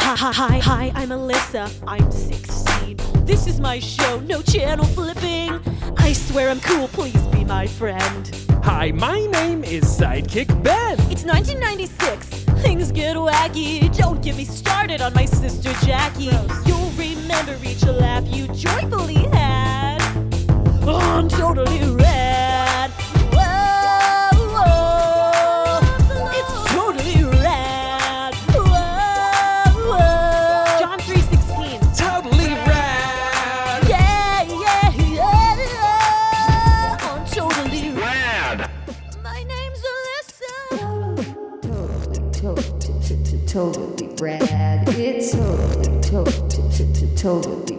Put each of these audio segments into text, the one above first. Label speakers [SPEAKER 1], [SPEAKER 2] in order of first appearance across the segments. [SPEAKER 1] Hi, hi, hi, I'm Alyssa. I'm 16. This is my show, no channel flipping. I swear I'm cool, please be my friend.
[SPEAKER 2] Hi, my name is Sidekick Ben.
[SPEAKER 1] It's 1996. Things get wacky. Don't get me started on my sister Jackie. You'll remember each laugh you joyfully had. On totally rad. Whoa, whoa. It's totally rad. Whoa, whoa. John 316.
[SPEAKER 2] Totally rad.
[SPEAKER 1] Yeah, yeah, yeah. On totally rad.
[SPEAKER 2] Rad.
[SPEAKER 1] My name's Alyssa.
[SPEAKER 3] Totally rad. It's totally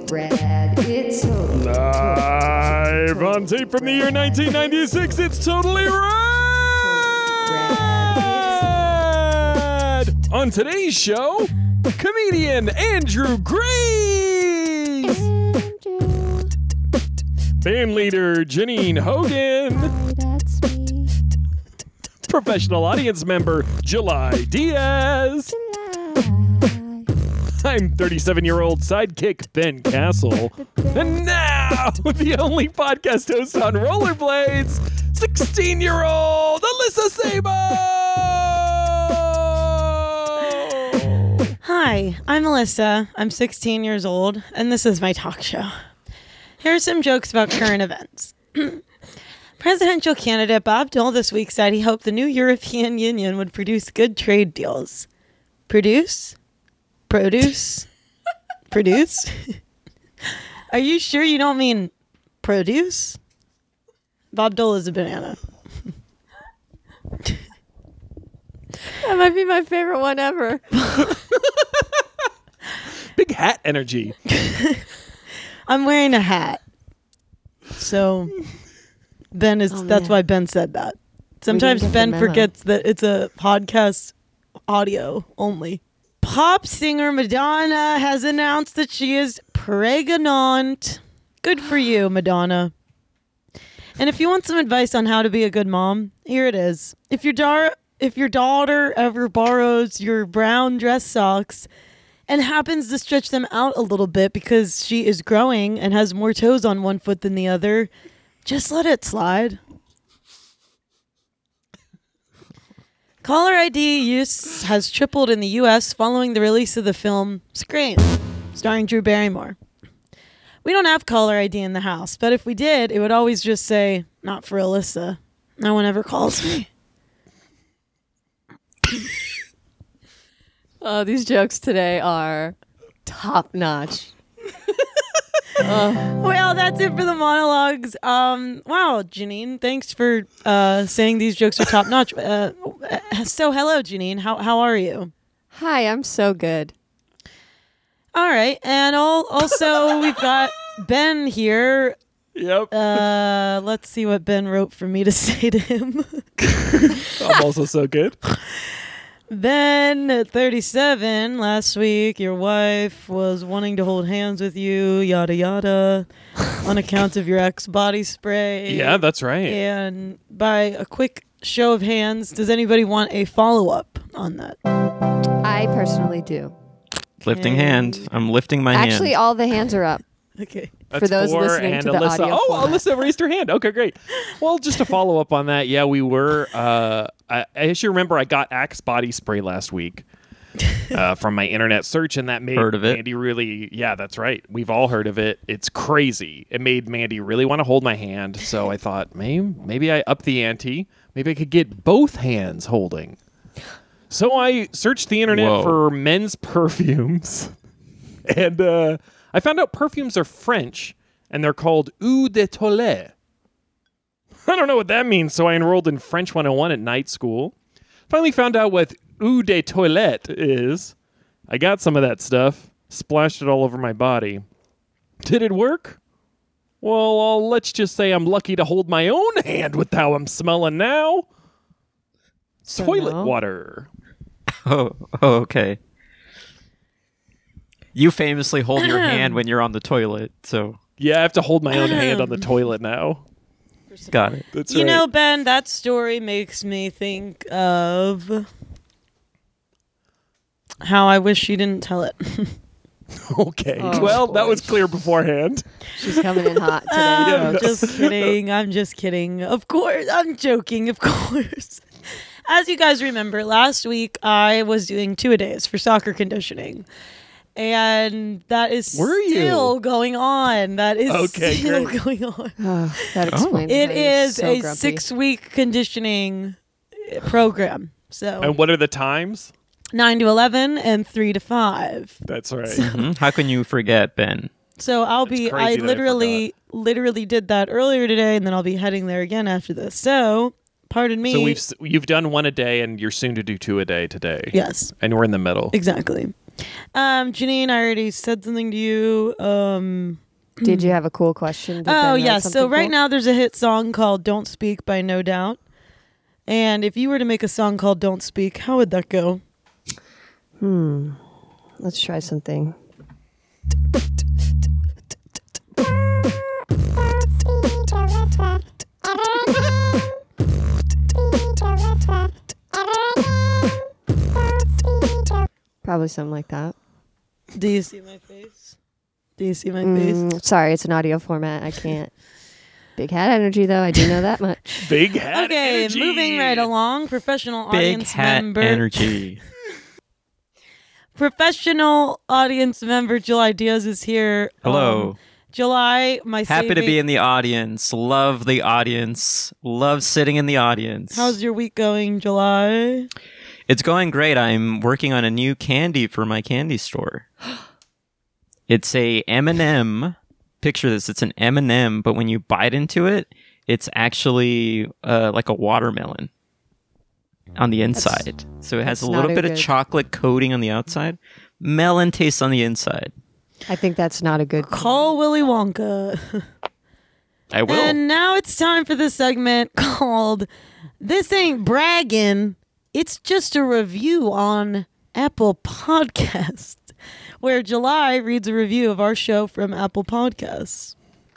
[SPEAKER 3] rad. It's
[SPEAKER 2] Live on tape from the year 1996, it's totally rad. On today's show, comedian Andrew Graves, band leader Janine Hogan,
[SPEAKER 3] That's me.
[SPEAKER 2] professional audience member July Diaz. I'm 37 year old sidekick Ben Castle. And now, the only podcast host on rollerblades, 16 year old Alyssa Sabo!
[SPEAKER 4] Hi, I'm Alyssa. I'm 16 years old, and this is my talk show. Here are some jokes about current events. Presidential candidate Bob Dole this week said he hoped the new European Union would produce good trade deals. Produce? Produce? produce? are you sure you don't mean produce? Bob Dole is a banana.
[SPEAKER 5] That might be my favorite one ever.
[SPEAKER 2] Big hat energy.
[SPEAKER 4] I'm wearing a hat. So Ben
[SPEAKER 5] Oh,
[SPEAKER 4] is that's why Ben said that. Sometimes
[SPEAKER 5] get the
[SPEAKER 4] Ben
[SPEAKER 5] memo.
[SPEAKER 4] forgets that it's a podcast audio only. Pop singer Madonna has announced that she is pregnant. Good for you, Madonna. And if you want some advice on how to be a good mom, here it is. If your dar- if your daughter ever borrows your brown dress socks, and happens to stretch them out a little bit because she is growing and has more toes on one foot than the other. Just let it slide. Caller ID use has tripled in the US following the release of the film Scream, starring Drew Barrymore. We don't have caller ID in the house, but if we did, it would always just say, not for Alyssa. No one ever calls me. Uh,
[SPEAKER 5] Oh, these jokes today are top notch.
[SPEAKER 4] Well, that's it for the monologues. Um, wow, Janine, thanks for uh, saying these jokes are top notch. Uh, so, hello, Janine. How how are you?
[SPEAKER 5] Hi, I'm so good.
[SPEAKER 4] All right, and all, also we've got Ben here.
[SPEAKER 2] Yep.
[SPEAKER 4] Uh, let's see what Ben wrote for me to say to him.
[SPEAKER 2] I'm also so good.
[SPEAKER 4] Ben, at 37, last week, your wife was wanting to hold hands with you, yada yada, on account of your ex body spray.
[SPEAKER 2] Yeah, that's right.
[SPEAKER 4] And by a quick show of hands, does anybody want a follow up on that?
[SPEAKER 5] I personally do.
[SPEAKER 6] Lifting hand. I'm lifting my
[SPEAKER 5] Actually,
[SPEAKER 6] hand.
[SPEAKER 5] all the hands are up.
[SPEAKER 4] Okay.
[SPEAKER 5] for those listening
[SPEAKER 2] and
[SPEAKER 5] to the
[SPEAKER 2] Alyssa.
[SPEAKER 5] audio
[SPEAKER 2] oh,
[SPEAKER 5] format.
[SPEAKER 2] Alyssa raised her hand. Okay, great. Well, just to follow up on that, yeah, we were. Uh, I, I should remember I got Axe body spray last week uh, from my internet search, and that made
[SPEAKER 6] Heard of it.
[SPEAKER 2] Mandy really. Yeah, that's right. We've all heard of it. It's crazy. It made Mandy really want to hold my hand. So I thought, maybe maybe I up the ante. Maybe I could get both hands holding. So I searched the internet
[SPEAKER 6] Whoa.
[SPEAKER 2] for men's perfumes, and uh, I found out perfumes are French, and they're called eau de toilette. I don't know what that means, so I enrolled in French 101 at night school. Finally found out what eau de toilette is. I got some of that stuff, splashed it all over my body. Did it work? Well, I'll, let's just say I'm lucky to hold my own hand with how I'm smelling now. Toilet
[SPEAKER 5] no.
[SPEAKER 2] water.
[SPEAKER 6] Oh, oh, okay. You famously hold your hand when you're on the toilet, so
[SPEAKER 2] Yeah, I have to hold my own hand on the toilet now.
[SPEAKER 6] got it.
[SPEAKER 2] That's
[SPEAKER 4] Um. you
[SPEAKER 2] right.
[SPEAKER 4] know, Ben, that story makes me think of How I wish she didn't tell it.
[SPEAKER 2] Okay.
[SPEAKER 4] oh,
[SPEAKER 2] well, that was clear beforehand.
[SPEAKER 5] She's coming in hot today.
[SPEAKER 4] I'm just kidding. I'm just kidding. Of course, I'm joking. Of course. As you guys remember, last week I was doing two a days for soccer conditioning. And that is
[SPEAKER 2] Were you?
[SPEAKER 4] still going on. That is
[SPEAKER 2] Okay,
[SPEAKER 4] still
[SPEAKER 2] great.
[SPEAKER 4] going on.
[SPEAKER 5] Ugh, Oh,
[SPEAKER 6] Oh.
[SPEAKER 5] that explains
[SPEAKER 4] It
[SPEAKER 5] why you're
[SPEAKER 4] is
[SPEAKER 5] so
[SPEAKER 4] a
[SPEAKER 5] grumpy.
[SPEAKER 4] six week conditioning uh, program. So
[SPEAKER 2] And what are the times?
[SPEAKER 4] nine to 11 and three to five.
[SPEAKER 2] That's right.
[SPEAKER 6] Hmm? How can you forget, Ben?
[SPEAKER 4] So I'll be,
[SPEAKER 2] crazy
[SPEAKER 4] I
[SPEAKER 2] that I
[SPEAKER 4] literally, literally did that earlier today and then I'll be heading there again after this. So pardon me.
[SPEAKER 2] so we've s- you've done one a day, and you're soon to do two a day today.
[SPEAKER 4] yes,
[SPEAKER 2] And we're in the middle.
[SPEAKER 4] exactly. Um, Janine, I already said something to you. Um,
[SPEAKER 5] Did you have a cool question? Did Ben
[SPEAKER 4] oh
[SPEAKER 5] write
[SPEAKER 4] yeah. So
[SPEAKER 5] something
[SPEAKER 4] right
[SPEAKER 5] cool?
[SPEAKER 4] now there's a hit song called don't speak by no doubt. And if you were to make a song called don't speak, how would that go?
[SPEAKER 5] Hmm. let's try something. Probably something like that.
[SPEAKER 4] Do you see my face? Do you see my face?
[SPEAKER 5] Mm, sorry, it's an audio format. I can't. Big hat energy, though. I do know that much.
[SPEAKER 2] Big hat.
[SPEAKER 4] Okay,
[SPEAKER 2] energy.
[SPEAKER 4] moving right along. Professional
[SPEAKER 6] Big
[SPEAKER 4] audience
[SPEAKER 6] hat
[SPEAKER 4] member.
[SPEAKER 6] energy.
[SPEAKER 4] Professional audience member Jill Ideas is here.
[SPEAKER 6] Hello.
[SPEAKER 4] Um, July, my
[SPEAKER 6] Happy to be
[SPEAKER 4] saving-
[SPEAKER 6] in the audience. Love the audience. Love sitting in the audience.
[SPEAKER 4] How's your week going, July?
[SPEAKER 6] It's going great. I'm working on a new candy for my candy store. It's a M&M. Picture this. It's an M&M, but when you bite into it, it's actually uh, like a watermelon on the inside. so it
[SPEAKER 5] that's
[SPEAKER 6] has a little
[SPEAKER 5] not a
[SPEAKER 6] bit of
[SPEAKER 5] good-
[SPEAKER 6] chocolate coating on the outside, melon taste on the inside.
[SPEAKER 5] I think that's not a good.
[SPEAKER 4] Call Willy Wonka.
[SPEAKER 6] I will.
[SPEAKER 4] And now it's time for this segment called This Ain't Bragging. It's just a review on Apple Podcast, where July reads a review of our show from Apple Podcasts.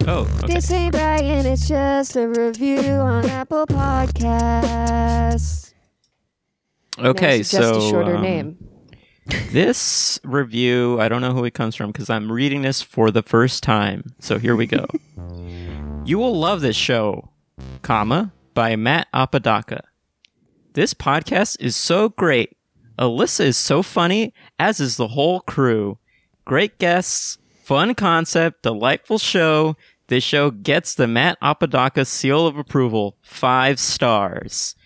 [SPEAKER 6] oh, okay.
[SPEAKER 3] This ain't bragging, it's just a review on Apple Podcasts.
[SPEAKER 6] okay
[SPEAKER 5] It's just
[SPEAKER 6] so
[SPEAKER 5] a shorter
[SPEAKER 6] um,
[SPEAKER 5] name.
[SPEAKER 6] This review, I don't know who it comes from because I'm reading this for the first time. So here we go. you will love this show, comma, by Matt Apodaca. This podcast is so great. Alyssa is so funny, as is the whole crew. Great guests, fun concept, delightful show. This show gets the Matt Apodaca seal of approval. Five stars.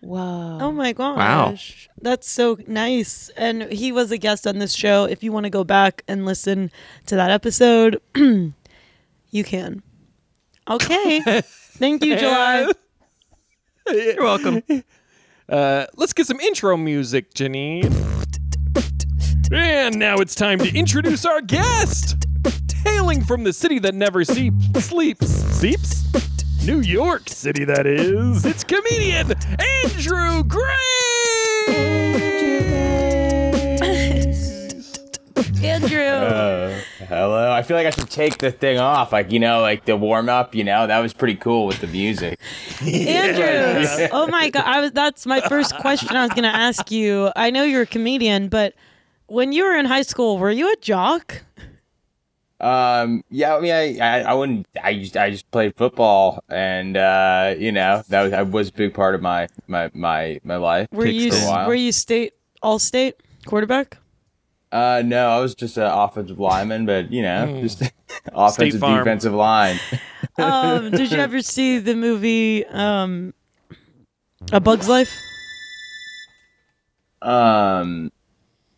[SPEAKER 5] Whoa.
[SPEAKER 4] Oh my gosh. That's so nice. And he was a guest on this show. If you want to go back and listen to that episode, you can. Okay. Thank you, July.
[SPEAKER 6] You're welcome.
[SPEAKER 2] Uh, let's get some intro music, Janine. And now it's time to introduce our guest, tailing from the city that never seeps, sleeps, seeps, New York City. That is, it's comedian Andrew Gray.
[SPEAKER 4] Andrew.
[SPEAKER 7] Uh, hello. I feel like I should take the thing off, like you know, like the warm up. You know, that was pretty cool with the music.
[SPEAKER 4] Andrew. Oh my god. I was that's my first question I was gonna ask you. I know you're a comedian, but when you were in high school, were you a jock?
[SPEAKER 7] Um, yeah, I mean, I, I, I wouldn't. I just, I just played football, and uh, you know, that was, that was a big part of my, my, my, my life.
[SPEAKER 4] Were you
[SPEAKER 6] Pigs for a
[SPEAKER 7] while.
[SPEAKER 4] were you state all state quarterback?
[SPEAKER 7] Uh, no, I was just an offensive lineman, but you
[SPEAKER 4] Hmm.
[SPEAKER 7] know, just offensive
[SPEAKER 2] Farm.
[SPEAKER 7] defensive line.
[SPEAKER 4] Um, did you ever see the movie um, A Bug's Life?
[SPEAKER 7] Um,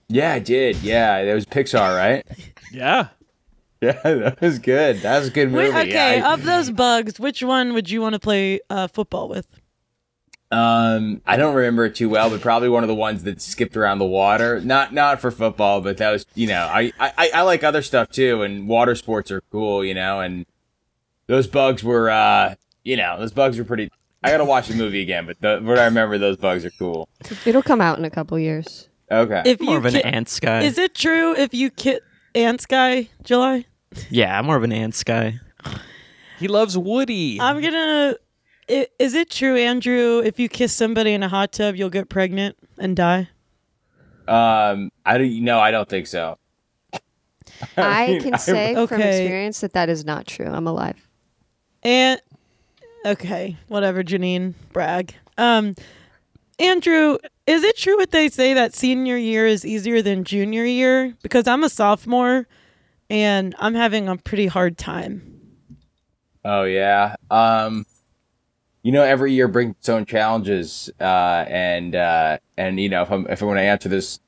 [SPEAKER 7] yeah, I did. Yeah, that was Pixar, right?
[SPEAKER 2] yeah.
[SPEAKER 7] Yeah, that was good. That was a good movie.
[SPEAKER 4] Wait, okay,
[SPEAKER 7] Yeah, I-
[SPEAKER 4] of those bugs, which one would you want to play uh, football with?
[SPEAKER 7] Um, I don't remember it too well, but probably one of the ones that skipped around the water. Not not for football, but that was you know I I, I like other stuff too, and water sports are cool, you know. And those bugs were uh you know those bugs were pretty. I gotta watch the movie again, but the, what I remember those bugs are cool.
[SPEAKER 5] It'll come out in a couple years.
[SPEAKER 7] Okay.
[SPEAKER 4] If
[SPEAKER 6] More
[SPEAKER 4] you
[SPEAKER 6] of an
[SPEAKER 4] ki-
[SPEAKER 6] ants guy.
[SPEAKER 4] is it true if you kit ants guy July?
[SPEAKER 6] yeah, I'm more of an ants guy.
[SPEAKER 2] He loves Woody.
[SPEAKER 4] I'm gonna. i- Is it true, Andrew? If you kiss somebody in a hot tub, you'll get pregnant and die.
[SPEAKER 7] Um, I don't. No, I don't think so.
[SPEAKER 5] I
[SPEAKER 7] mean,
[SPEAKER 5] can
[SPEAKER 7] I-
[SPEAKER 5] say from
[SPEAKER 4] Okay.
[SPEAKER 5] experience that that is not true. I'm alive.
[SPEAKER 4] And okay, whatever, Janine, brag. Um, Andrew, is it true what they say that senior year is easier than junior year? Because I'm a sophomore, and I'm having a pretty hard time.
[SPEAKER 7] Oh yeah. Um, you know, every year brings its own challenges, uh, and uh, and you know, if I'm if I want to answer this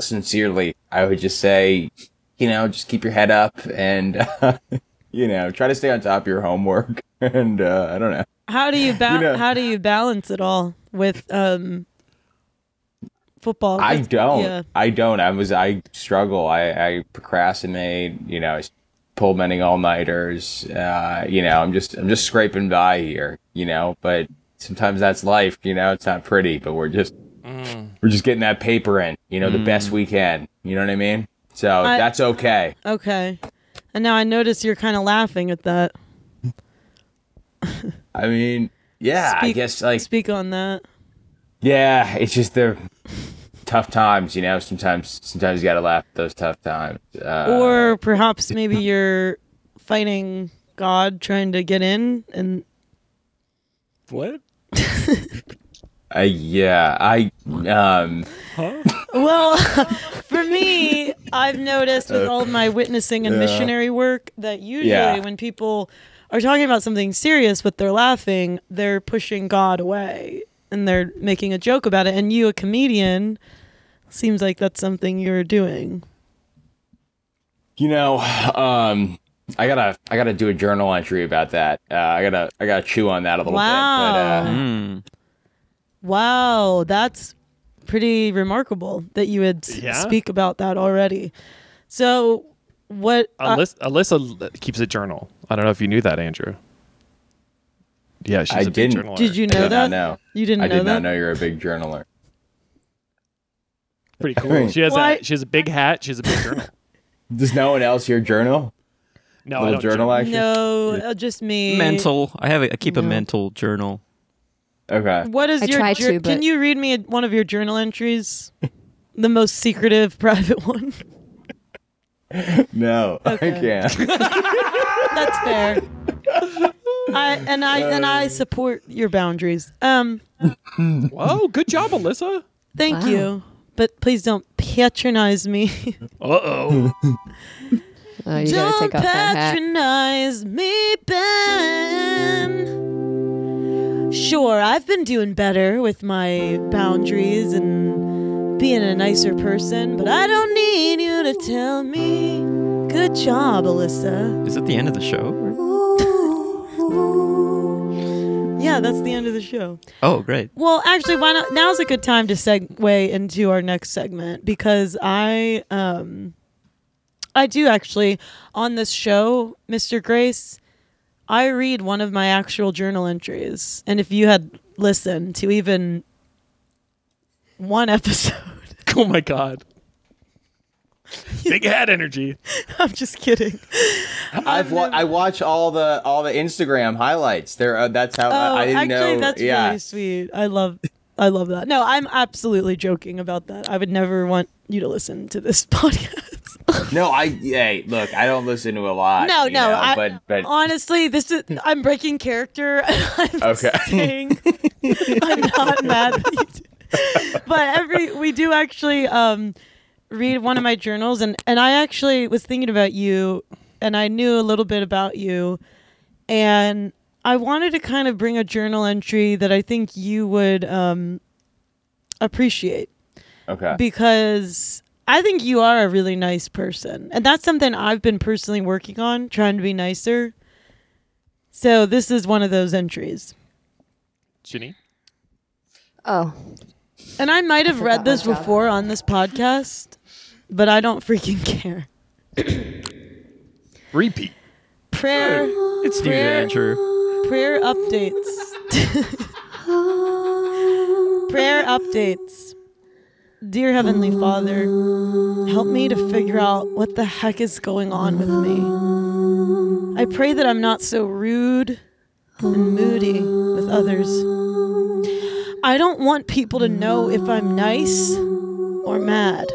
[SPEAKER 7] sincerely, I would just say, you know, just keep your head up and you know, try to stay on top of your homework. And uh, I don't know.
[SPEAKER 4] How do you ba-
[SPEAKER 7] You know-
[SPEAKER 4] how do you balance it all with um football?
[SPEAKER 7] I
[SPEAKER 4] Because-
[SPEAKER 7] don't.
[SPEAKER 4] Oh, Yeah.
[SPEAKER 7] I don't. I was. I struggle. I, I procrastinate. You know, I s- pull many all nighters. Uh, you know, I'm just. I'm just scraping by here. You know, but sometimes that's life. You know, it's not pretty, but we're just. We're just getting that paper in. You know, the best we can. You know what I mean? So
[SPEAKER 4] Mm. I-
[SPEAKER 7] that's okay.
[SPEAKER 4] Okay. And now I notice you're kind of laughing at that.
[SPEAKER 7] I mean, yeah. I
[SPEAKER 4] Speak-
[SPEAKER 7] guess like
[SPEAKER 4] Speak on that.
[SPEAKER 7] Yeah, it's just the tough times, you know. Sometimes, sometimes you gotta laugh at those tough times. Uh,
[SPEAKER 4] or perhaps maybe you're fighting God trying to get in and
[SPEAKER 2] What?
[SPEAKER 7] uh, yeah, I um,
[SPEAKER 2] Huh?
[SPEAKER 4] well for me I've noticed with all my witnessing and
[SPEAKER 7] Yeah.
[SPEAKER 4] missionary work that usually
[SPEAKER 7] Yeah.
[SPEAKER 4] when people are talking about something serious but they're laughing they're pushing God away and they're making a joke about it and you a comedian seems like that's something you're doing
[SPEAKER 7] you know, um, I gotta, I gotta do a journal entry about that. Uh, I gotta, I gotta chew on that a little
[SPEAKER 4] Wow.
[SPEAKER 7] bit. But, uh,
[SPEAKER 6] Mm.
[SPEAKER 4] Wow, that's pretty remarkable that you would s-
[SPEAKER 2] Yeah.
[SPEAKER 4] speak about that already. So, what? uh,
[SPEAKER 2] Alyssa, Alyssa l- keeps a journal. I don't know if you knew that, Andrew. Yeah, she's
[SPEAKER 7] I
[SPEAKER 2] a big
[SPEAKER 7] didn't.
[SPEAKER 2] journaler.
[SPEAKER 4] did you know
[SPEAKER 7] I did
[SPEAKER 4] that?
[SPEAKER 7] not know.
[SPEAKER 4] You didn't
[SPEAKER 7] I
[SPEAKER 4] know
[SPEAKER 7] did
[SPEAKER 4] that.
[SPEAKER 7] not know you're a big journaler.
[SPEAKER 2] Pretty cool. She has a
[SPEAKER 4] Why-
[SPEAKER 2] she has a big hat. She has a big journal.
[SPEAKER 7] Does no one else here journal?
[SPEAKER 2] No, I
[SPEAKER 7] Little
[SPEAKER 2] don't
[SPEAKER 7] journal
[SPEAKER 2] journal.
[SPEAKER 7] action.
[SPEAKER 4] No, uh, just me.
[SPEAKER 6] Mental. I have. A, I keep a
[SPEAKER 5] No.
[SPEAKER 6] mental journal.
[SPEAKER 7] Okay.
[SPEAKER 4] What is
[SPEAKER 5] I
[SPEAKER 4] your?
[SPEAKER 5] tried
[SPEAKER 4] jour-
[SPEAKER 5] to,
[SPEAKER 4] Can
[SPEAKER 5] but-
[SPEAKER 4] you read me a- one of your journal entries? the most secretive, private one.
[SPEAKER 7] No, I can't.
[SPEAKER 4] That's fair. I and I and I support your boundaries. Um,
[SPEAKER 2] Whoa, Oh, good job, Alyssa.
[SPEAKER 4] thank
[SPEAKER 5] Wow.
[SPEAKER 4] you, but please don't patronize me.
[SPEAKER 2] Uh oh.
[SPEAKER 5] Oh, you gotta
[SPEAKER 4] Don't
[SPEAKER 5] take off that hat.
[SPEAKER 4] patronize me, Ben. Sure, I've been doing better with my boundaries and being a nicer person, but I don't need you to tell me. Good job, Alyssa.
[SPEAKER 6] Is it the end of the show?
[SPEAKER 4] Yeah, that's the end of the show.
[SPEAKER 6] Oh, great.
[SPEAKER 4] Well, actually, why not? Now's a good time to segue into our next segment because I, um, I do actually on this show, Mr. Grace, I read one of my actual journal entries, and if you had listened to even one episode,
[SPEAKER 2] Oh my god. Big hat energy.
[SPEAKER 4] I'm just kidding.
[SPEAKER 7] I've wa- I watch all the all the Instagram highlights. There, uh, that's how
[SPEAKER 4] Oh,
[SPEAKER 7] I, I didn't
[SPEAKER 4] actually,
[SPEAKER 7] know.
[SPEAKER 4] that's
[SPEAKER 7] yeah,
[SPEAKER 4] really sweet. I love, I love that. No, I'm absolutely joking about that. I would never want you to listen to this podcast.
[SPEAKER 7] No, I hey, look, I don't listen to a lot.
[SPEAKER 4] No,
[SPEAKER 7] you
[SPEAKER 4] no,
[SPEAKER 7] know,
[SPEAKER 4] I-
[SPEAKER 7] but but
[SPEAKER 4] Honestly, this is I'm breaking character. I'm
[SPEAKER 7] Okay.
[SPEAKER 4] saying I'm not mad. That you do. But every we do actually um, read one of my journals, and and I actually was thinking about you, and I knew a little bit about you, and I wanted to kind of bring a journal entry that I think you would um, appreciate
[SPEAKER 7] okay,
[SPEAKER 4] because I think you are a really nice person. And that's something I've been personally working on, trying to be nicer. So this is one of those entries.
[SPEAKER 2] Ginny?
[SPEAKER 5] Oh,
[SPEAKER 4] And I might have read this before on this podcast, but I don't freaking care.
[SPEAKER 2] Repeat.
[SPEAKER 4] Prayer,
[SPEAKER 6] It's you, Andrew.
[SPEAKER 4] prayer updates. prayer updates. Dear Heavenly Father, help me to figure out what the heck is going on with me. I pray that I'm not so rude and moody with others. I don't want people to know if I'm nice or mad.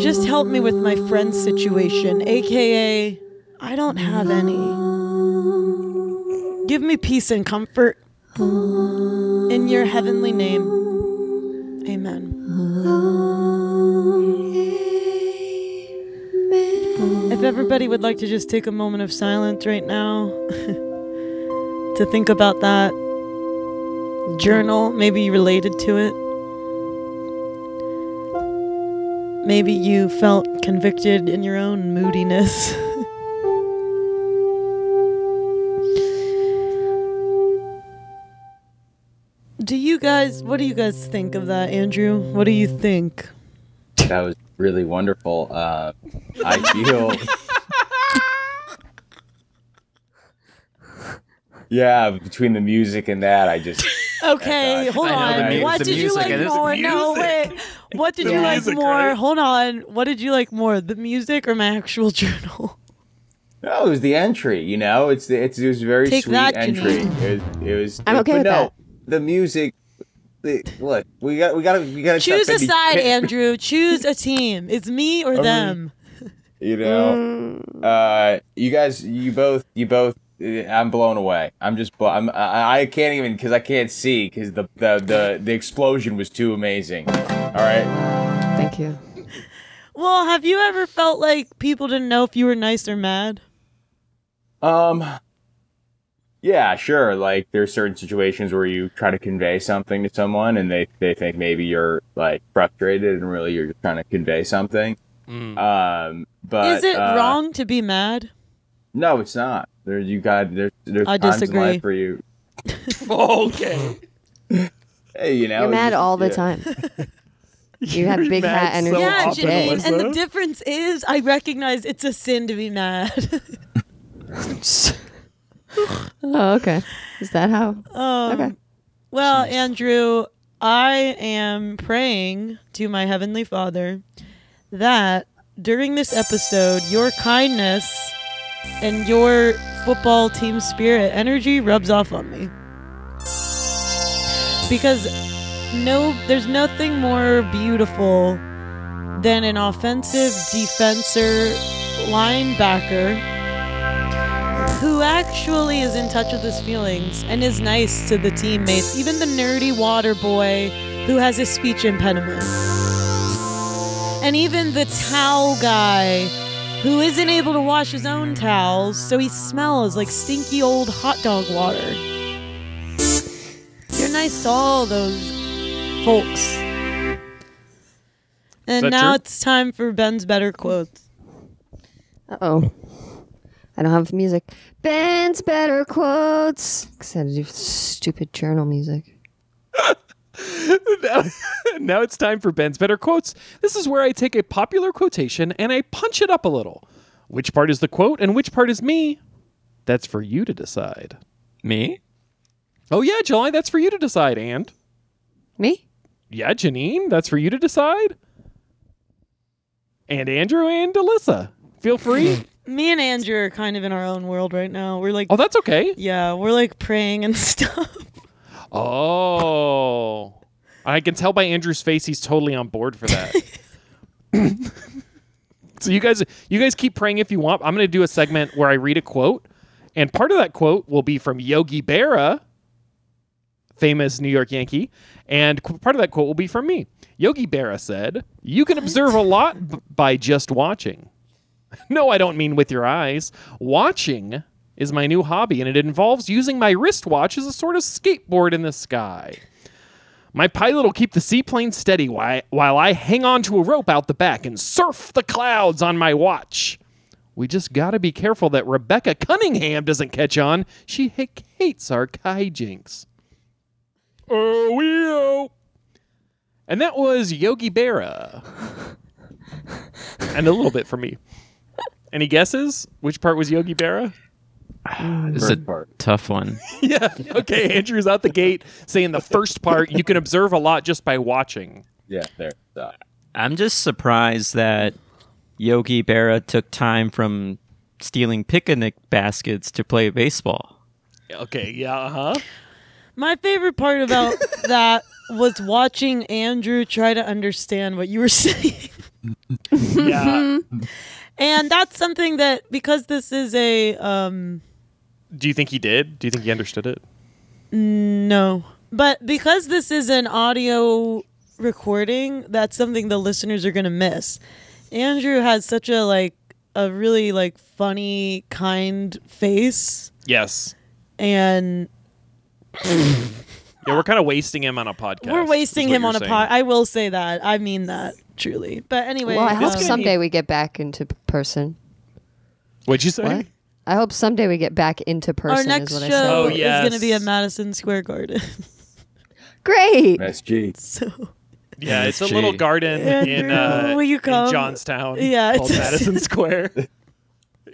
[SPEAKER 4] Just help me with my friend situation, aka I don't have any. Give me peace and comfort. In your heavenly name. Amen. If everybody would like to just take a moment of silence right now to think about that journal, maybe related to it. Maybe you felt convicted in your own moodiness. do you guys, what do you guys think of that, Andrew? What do you think?
[SPEAKER 7] That was really wonderful. Uh, I feel. yeah, between the music and that, I just
[SPEAKER 4] Okay,
[SPEAKER 7] gosh.
[SPEAKER 4] hold
[SPEAKER 6] I know the
[SPEAKER 4] on.
[SPEAKER 6] mu-
[SPEAKER 4] What
[SPEAKER 6] the
[SPEAKER 4] did you
[SPEAKER 6] music,
[SPEAKER 4] like
[SPEAKER 6] it is the
[SPEAKER 4] more? No, wait. What did you like
[SPEAKER 2] music,
[SPEAKER 4] more?
[SPEAKER 2] right?
[SPEAKER 4] Hold on. What did you like more, the music or my actual journal?
[SPEAKER 7] no, oh, it was the entry. You know, it's the it's it was a very
[SPEAKER 4] Take
[SPEAKER 7] sweet
[SPEAKER 4] that,
[SPEAKER 7] entry.
[SPEAKER 4] Janine.
[SPEAKER 7] It was, it was.
[SPEAKER 5] I'm okay
[SPEAKER 7] but
[SPEAKER 5] with
[SPEAKER 7] no,
[SPEAKER 5] that.
[SPEAKER 7] The music. The, look, we got we got to we got to
[SPEAKER 4] Choose a side, Andrew. Choose a team. It's me or them.
[SPEAKER 7] You know, uh, you guys, you both, you both. eh, I'm blown away. I'm just, blo- I'm, I, I can't even because I can't see because the, the the the explosion was too amazing. All right,
[SPEAKER 5] Thank you.
[SPEAKER 4] Well, have you ever felt like people didn't know if you were nice or mad?
[SPEAKER 7] um, yeah, sure. Like there's certain situations where you try to convey something to someone and they they think maybe you're like frustrated and really you're just trying to convey something. Um, but
[SPEAKER 4] Is it
[SPEAKER 7] uh,
[SPEAKER 4] wrong to be mad?
[SPEAKER 7] No, it's not. There, you got there's there's
[SPEAKER 4] I
[SPEAKER 7] times in
[SPEAKER 4] disagree.
[SPEAKER 7] life for you.
[SPEAKER 2] okay.
[SPEAKER 7] Hey, you know,
[SPEAKER 5] You're mad
[SPEAKER 7] just-
[SPEAKER 5] all the
[SPEAKER 7] yeah.
[SPEAKER 5] time. You have big hat energy
[SPEAKER 2] so
[SPEAKER 5] Yeah,
[SPEAKER 4] Yeah,
[SPEAKER 5] often, Jane,
[SPEAKER 4] Janine.
[SPEAKER 5] Melissa.
[SPEAKER 4] And the difference is, I recognize it's a sin to be mad.
[SPEAKER 5] Oh, okay. Is that how?
[SPEAKER 4] Um,
[SPEAKER 5] Okay.
[SPEAKER 4] Well, Andrew, I am praying to my Heavenly Father that during this episode, your kindness and your football team spirit energy rubs off on me. Because no, there's nothing more beautiful than an offensive defensor linebacker who actually is in touch with his feelings and is nice to the teammates, even the nerdy water boy who has a speech impediment. And even the towel guy who isn't able to wash his own towels, so he smells like stinky old hot dog water. You're nice to all those folks. And
[SPEAKER 2] that
[SPEAKER 4] now
[SPEAKER 2] true?
[SPEAKER 4] it's time for Ben's better quotes.
[SPEAKER 5] Uh oh. I don't have music. Ben's better quotes. 'Cause I had to do stupid journal music.
[SPEAKER 2] now, now it's time for Ben's Better Quotes. This is where I take a popular quotation and I punch it up a little. Which part is the quote and which part is me? That's for you to decide.
[SPEAKER 6] Me?
[SPEAKER 2] Oh, yeah, July, that's for you to decide. And,
[SPEAKER 5] Me?
[SPEAKER 2] yeah, Janine, that's for you to decide. And Andrew and Alyssa, feel free.
[SPEAKER 4] Me and Andrew are kind of in our own world right now. We're like
[SPEAKER 2] oh, that's okay.
[SPEAKER 4] Yeah, we're like praying and stuff.
[SPEAKER 2] Oh. I can tell by Andrew's face he's totally on board for that. so you guys you guys keep praying if you want. I'm going to do a segment where I read a quote and part of that quote will be from Yogi Berra, famous New York Yankee, and qu- part of that quote will be from me. Yogi Berra said, "You can observe a lot b- by just watching." No, I don't mean with your eyes. Watching is my new hobby, and it involves using my wristwatch as a sort of skateboard in the sky. My pilot will keep the seaplane steady whi- while I hang on to a rope out the back and surf the clouds on my watch. We just gotta be careful that Rebecca Cunningham doesn't catch on. She ha- hates our hijinks. Oh, we oh. And that was Yogi Berra. and a little bit for me. Any guesses? Which part was Yogi Berra?
[SPEAKER 6] This is a
[SPEAKER 7] First part.
[SPEAKER 6] tough one.
[SPEAKER 2] yeah. Okay, Andrew's out the gate saying the first part you can observe a lot just by watching.
[SPEAKER 7] Yeah, there. Uh,
[SPEAKER 6] I'm just surprised that Yogi Berra took time from stealing picnic baskets to play baseball.
[SPEAKER 2] Okay, yeah, uh huh.
[SPEAKER 4] My favorite part about that was watching Andrew try to understand what you were saying. Mm-hmm.
[SPEAKER 2] Yeah.
[SPEAKER 4] And that's something that because this is a um
[SPEAKER 2] Do you think he did? Do you think he understood it?
[SPEAKER 4] no. But because this is an audio recording, that's something the listeners are going to miss. Andrew has such a like a really like funny, kind face
[SPEAKER 2] Yes.
[SPEAKER 4] and
[SPEAKER 2] Yeah, we're kind of wasting him on a podcast.
[SPEAKER 4] we're
[SPEAKER 2] is
[SPEAKER 4] wasting
[SPEAKER 2] what
[SPEAKER 4] him
[SPEAKER 2] you're
[SPEAKER 4] on a
[SPEAKER 2] saying.
[SPEAKER 4] pod. I will say that. I mean that truly. But anyway,
[SPEAKER 5] Well, I hope
[SPEAKER 4] um,
[SPEAKER 5] someday we get back into p- person.
[SPEAKER 2] What'd you say?
[SPEAKER 5] What? I hope someday we get back into person.
[SPEAKER 4] our
[SPEAKER 5] is
[SPEAKER 4] next
[SPEAKER 5] what I said.
[SPEAKER 4] show
[SPEAKER 2] Oh,
[SPEAKER 4] is going
[SPEAKER 2] yes.
[SPEAKER 4] to be at Madison Square Garden.
[SPEAKER 5] Great.
[SPEAKER 7] SG.
[SPEAKER 4] so
[SPEAKER 2] Yeah, it's a
[SPEAKER 6] MSG.
[SPEAKER 2] little garden in,
[SPEAKER 4] Andrew,
[SPEAKER 2] uh,
[SPEAKER 4] will you
[SPEAKER 2] in
[SPEAKER 4] come?
[SPEAKER 2] Johnstown
[SPEAKER 4] Yeah,
[SPEAKER 2] called
[SPEAKER 4] it's-
[SPEAKER 2] Madison Square.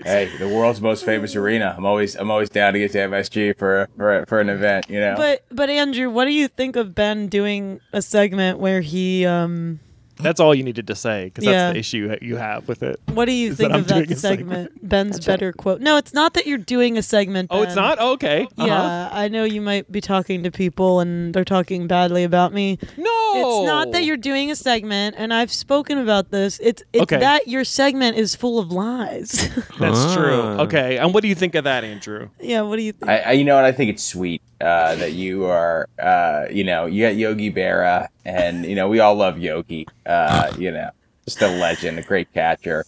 [SPEAKER 7] Hey, the world's most famous arena. I'm always I'm always down to get to have SG for for for an event. You know.
[SPEAKER 4] But but Andrew, what do you think of Ben doing a segment where he um
[SPEAKER 2] That's all you needed to say because
[SPEAKER 4] Yeah.
[SPEAKER 2] that's the issue that you have with it.
[SPEAKER 4] what do you
[SPEAKER 2] Is that
[SPEAKER 4] think
[SPEAKER 2] I'm
[SPEAKER 4] of that
[SPEAKER 2] doing a
[SPEAKER 4] segment?
[SPEAKER 2] segment?
[SPEAKER 4] Ben's better quote. No, it's not that you're doing a segment.
[SPEAKER 2] Oh, it's
[SPEAKER 4] Ben.
[SPEAKER 2] not? okay. Uh-huh.
[SPEAKER 4] Yeah, I know you might be talking to people and they're talking badly about me.
[SPEAKER 2] No.
[SPEAKER 4] It's not that you're doing a segment and I've spoken about this. It's it's
[SPEAKER 2] Okay.
[SPEAKER 4] that your segment is full of lies.
[SPEAKER 2] That's true.
[SPEAKER 6] Ah.
[SPEAKER 2] Okay. And what do you think of that, Andrew?
[SPEAKER 4] yeah, what do you think?
[SPEAKER 7] I, I, you know what? I think it's sweet uh, that you are, uh, you know, you got Yogi Berra, and you know we all love Yogi. Uh, you know, just a legend, a great catcher,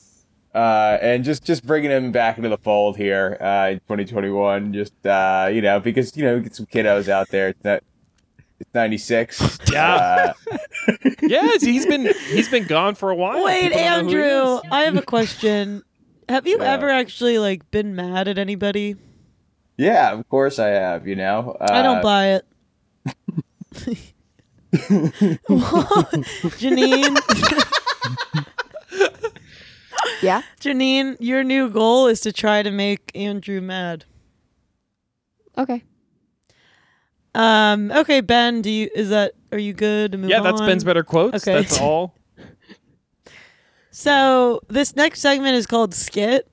[SPEAKER 7] uh, and just just bringing him back into the fold here uh, in 2021. Just uh, you know, because you know we get some kiddos out there. It's not, it's 96.
[SPEAKER 2] Yeah.
[SPEAKER 7] Uh,
[SPEAKER 2] Yes, he's been he's been gone for a while.
[SPEAKER 4] Wait,
[SPEAKER 2] People don't know who he
[SPEAKER 4] Andrew,
[SPEAKER 2] is.
[SPEAKER 4] I have a question. Have you
[SPEAKER 7] Yeah.
[SPEAKER 4] ever actually like been mad at anybody?
[SPEAKER 7] yeah, of course I have. You know, uh,
[SPEAKER 4] I don't buy it. Janine,
[SPEAKER 5] Yeah.
[SPEAKER 4] Janine, your new goal is to try to make Andrew mad.
[SPEAKER 5] Okay.
[SPEAKER 4] Um. Okay, Ben, do you is that are you good? to move
[SPEAKER 2] Yeah, that's
[SPEAKER 4] on?
[SPEAKER 2] Ben's better quotes.
[SPEAKER 4] Okay.
[SPEAKER 2] That's all.
[SPEAKER 4] So this next segment is called skit.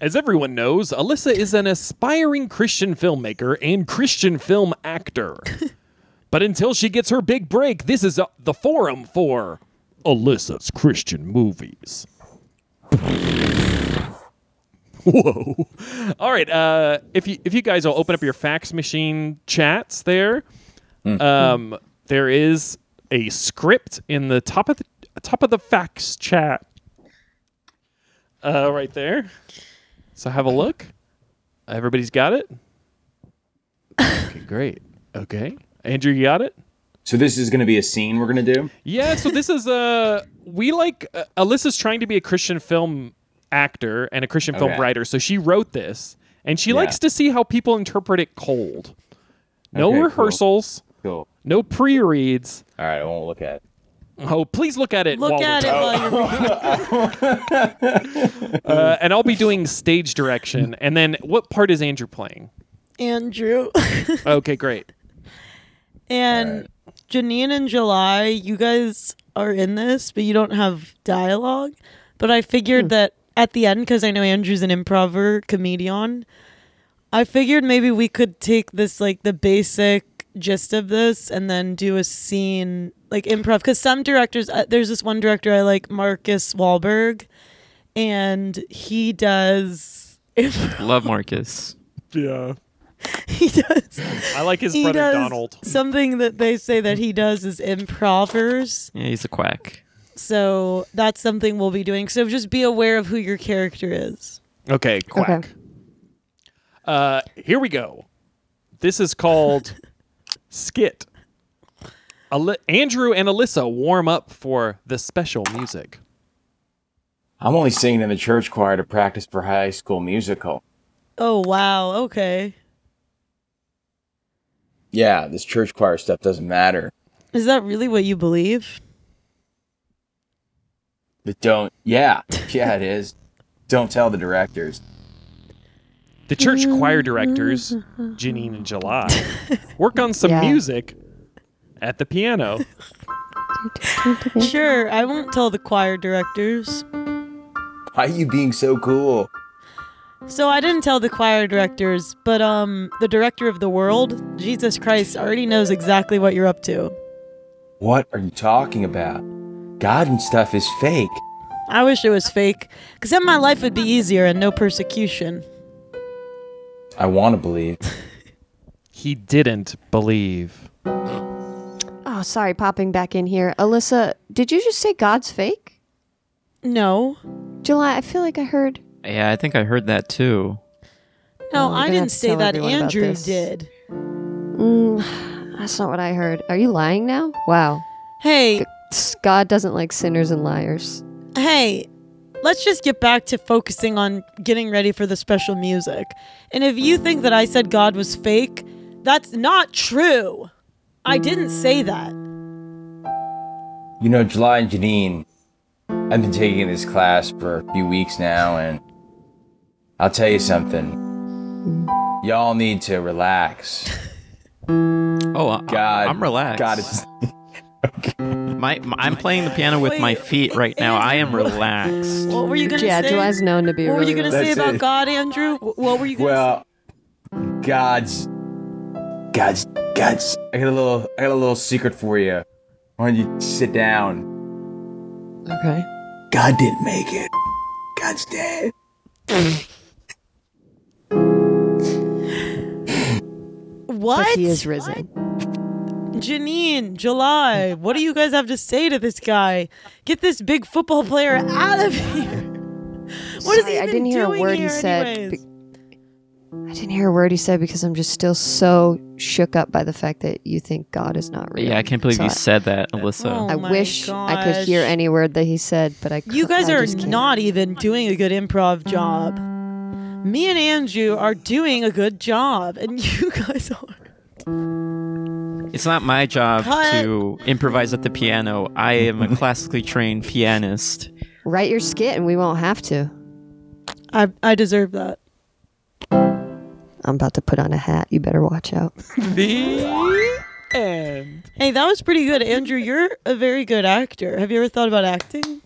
[SPEAKER 2] As everyone knows, Alyssa is an aspiring Christian filmmaker and Christian film actor. but until she gets her big break, this is uh the forum for Alyssa's Christian movies. Whoa! All right, uh, if you if you guys will open up your fax machine chats there, um, there is a script in the top of the top of the fax chat, uh, right there. So have a look. Everybody's got it. Okay, great. Okay, Andrew, you got it.
[SPEAKER 7] So this is going to be a scene we're going to do.
[SPEAKER 2] Yeah. So this is uh, we like uh, Alyssa's trying to be a Christian film actor and a Christian film
[SPEAKER 7] Okay.
[SPEAKER 2] writer, so she wrote this, and she
[SPEAKER 7] Yeah.
[SPEAKER 2] likes to see how people interpret it cold. No
[SPEAKER 7] Okay, cool.
[SPEAKER 2] rehearsals.
[SPEAKER 7] Cool.
[SPEAKER 2] No pre-reads.
[SPEAKER 7] All right, I won't look at it.
[SPEAKER 2] Oh, please look at it.
[SPEAKER 4] Look
[SPEAKER 2] while
[SPEAKER 4] at
[SPEAKER 2] we're
[SPEAKER 4] it while
[SPEAKER 2] Oh.
[SPEAKER 4] you're
[SPEAKER 2] Uh, and I'll be doing stage direction. And then, what part is Andrew playing?
[SPEAKER 4] Andrew.
[SPEAKER 2] Okay, great.
[SPEAKER 4] and Janine and July, you guys are in this, but you don't have dialogue. But I figured
[SPEAKER 2] Hmm.
[SPEAKER 4] that at the end, because I know Andrew's an improver comedian, I figured maybe we could take this like the basic gist of this and then do a scene like improv. Because some directors, uh, there's this one director I like, Marcus Wahlberg, and he does.
[SPEAKER 6] Love Marcus.
[SPEAKER 2] Yeah.
[SPEAKER 4] He does.
[SPEAKER 2] I like his
[SPEAKER 4] He
[SPEAKER 2] brother
[SPEAKER 4] does
[SPEAKER 2] Donald.
[SPEAKER 4] something that they say that he does is improvers.
[SPEAKER 6] Yeah, he's a quack.
[SPEAKER 4] So that's something we'll be doing. So just be aware of who your character is.
[SPEAKER 2] Okay, quack. Uh, here we go. This is called Skit. Ali- Andrew and Alyssa warm up for the special music.
[SPEAKER 7] I'm only singing in the church choir to practice for High School Musical.
[SPEAKER 4] Oh wow, okay.
[SPEAKER 7] Yeah, this church choir stuff doesn't matter.
[SPEAKER 4] Is that really what you believe?
[SPEAKER 7] But don't. Yeah, yeah, it is. Don't tell the directors.
[SPEAKER 2] The church choir directors, Janine and July, work on some
[SPEAKER 5] Yeah.
[SPEAKER 2] music at the piano.
[SPEAKER 4] Sure, I won't tell the choir directors.
[SPEAKER 7] Why are you being so cool?
[SPEAKER 4] So I didn't tell the choir directors, but um the director of the world, Jesus Christ, already knows exactly what you're up to.
[SPEAKER 7] What are you talking about? God and stuff is fake.
[SPEAKER 4] I wish it was fake, because then my life would be easier and no persecution.
[SPEAKER 7] I want to believe.
[SPEAKER 2] He didn't believe.
[SPEAKER 5] Oh, sorry, popping back in here. Alyssa, did you just say God's fake?
[SPEAKER 4] No,
[SPEAKER 5] July, I feel like I heard.
[SPEAKER 6] Yeah, I think I heard that too.
[SPEAKER 4] no,
[SPEAKER 5] Oh, we're
[SPEAKER 4] I
[SPEAKER 5] gonna have
[SPEAKER 4] didn't
[SPEAKER 5] to
[SPEAKER 4] say
[SPEAKER 5] tell
[SPEAKER 4] that.
[SPEAKER 5] everyone about
[SPEAKER 4] Andrew
[SPEAKER 5] this.
[SPEAKER 4] did.
[SPEAKER 5] Mm, that's not what I heard. Are you lying now? Wow.
[SPEAKER 4] Hey,
[SPEAKER 5] God doesn't like sinners and liars.
[SPEAKER 4] hey, let's just get back to focusing on getting ready for the special music. And if you think that I said God was fake, that's not true. I didn't say that.
[SPEAKER 7] You know, July and Janine, I've been taking this class for a few weeks now, and I'll tell you something. Y'all need to relax.
[SPEAKER 6] Oh, I,
[SPEAKER 7] God,
[SPEAKER 6] I'm relaxed.
[SPEAKER 7] God, it's,
[SPEAKER 6] My, my- I'm playing the piano with my
[SPEAKER 4] Wait,
[SPEAKER 6] feet right now. I am relaxed.
[SPEAKER 4] What were you gonna
[SPEAKER 5] Yeah,
[SPEAKER 4] say?
[SPEAKER 5] July's known to be
[SPEAKER 4] what were you
[SPEAKER 5] really
[SPEAKER 4] gonna say
[SPEAKER 5] religious.
[SPEAKER 4] about
[SPEAKER 7] That's it.
[SPEAKER 4] God, Andrew? Wh- What were you gonna
[SPEAKER 7] well, God's, God's, God's. I got a little, I got a little secret for you. Why don't you sit down?
[SPEAKER 5] Okay.
[SPEAKER 7] God didn't make it. God's dead.
[SPEAKER 4] say? What?
[SPEAKER 5] But he is risen.
[SPEAKER 4] Janine, July, what do you guys have to say to this guy? Get this big football player out of here. What is
[SPEAKER 5] Sorry,
[SPEAKER 4] he
[SPEAKER 5] I
[SPEAKER 4] even
[SPEAKER 5] didn't hear a
[SPEAKER 4] doing
[SPEAKER 5] word he
[SPEAKER 4] here
[SPEAKER 5] said,
[SPEAKER 4] anyways?
[SPEAKER 5] be- I didn't hear a word he said because I'm just still so shook up by the fact that you think God is not real.
[SPEAKER 6] Yeah, I can't believe
[SPEAKER 5] So
[SPEAKER 6] you
[SPEAKER 5] I-
[SPEAKER 6] said that, Alyssa.
[SPEAKER 5] I
[SPEAKER 4] Oh my
[SPEAKER 5] wish I could hear
[SPEAKER 4] gosh.
[SPEAKER 5] any word that he said, but I.
[SPEAKER 4] You
[SPEAKER 5] cou-
[SPEAKER 4] guys
[SPEAKER 5] I
[SPEAKER 4] are
[SPEAKER 5] just can't.
[SPEAKER 4] not even doing a good improv job. Me and Andrew are doing a good job, and you guys are.
[SPEAKER 6] It's not my job
[SPEAKER 4] Cut.
[SPEAKER 6] to improvise at the piano. I am a classically trained pianist.
[SPEAKER 5] Write your skit, and we won't have to.
[SPEAKER 4] I, I deserve that.
[SPEAKER 5] I'm about to put on a hat. You better watch out.
[SPEAKER 2] The end.
[SPEAKER 4] Hey, that was pretty good. Andrew, you're a very good actor. Have you ever thought about acting?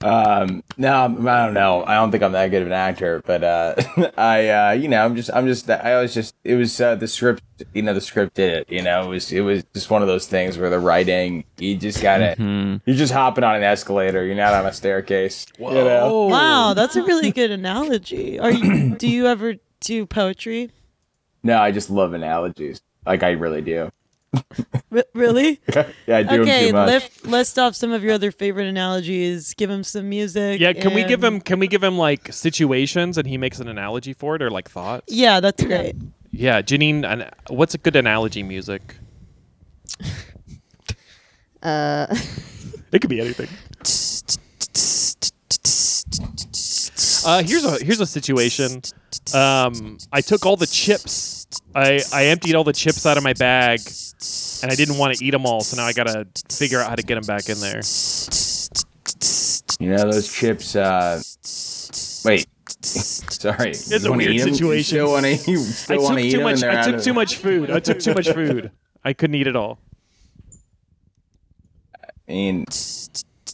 [SPEAKER 7] Um, no, I'm- I don't know. I don't think I'm that good of an actor, but uh, I, uh, you know, I'm just, I'm just, I always just, it was uh, the script, you know, the script did it. You know, it was, it was just one of those things where the writing, you just gotta,
[SPEAKER 2] Mm-hmm.
[SPEAKER 7] you're just hopping on an escalator. You're not on a staircase. Whoa. You know?
[SPEAKER 4] Wow, that's a really good analogy. Are you? Do you ever do poetry?
[SPEAKER 7] No, I just love analogies. Like I really do.
[SPEAKER 4] R- really?
[SPEAKER 7] Yeah, I do 'em
[SPEAKER 4] Okay,
[SPEAKER 7] too much.
[SPEAKER 4] lift, list off some of your other favorite analogies. Give him some music.
[SPEAKER 2] Yeah, can we give
[SPEAKER 4] and-
[SPEAKER 2] him can we give him like situations and he makes an analogy for it or like thoughts?
[SPEAKER 4] Yeah, that's great.
[SPEAKER 2] Yeah, Janine, an, what's a good analogy music?
[SPEAKER 5] Uh,
[SPEAKER 2] It could be anything. Uh, here's a here's a situation. Um, I took all the chips. I I emptied all the chips out of my bag, and I didn't want to eat them all. So now I gotta figure out how to get them back in there.
[SPEAKER 7] You know those chips. uh Wait, sorry. It's
[SPEAKER 2] a weird situation.
[SPEAKER 7] Still want to eat 'em?
[SPEAKER 2] I
[SPEAKER 7] Still
[SPEAKER 2] took
[SPEAKER 7] want to eat
[SPEAKER 2] too
[SPEAKER 7] 'em and
[SPEAKER 2] much.
[SPEAKER 7] they're
[SPEAKER 2] I
[SPEAKER 7] out
[SPEAKER 2] took
[SPEAKER 7] of-
[SPEAKER 2] too much food. I took too much food. I couldn't eat it all.
[SPEAKER 7] I mean,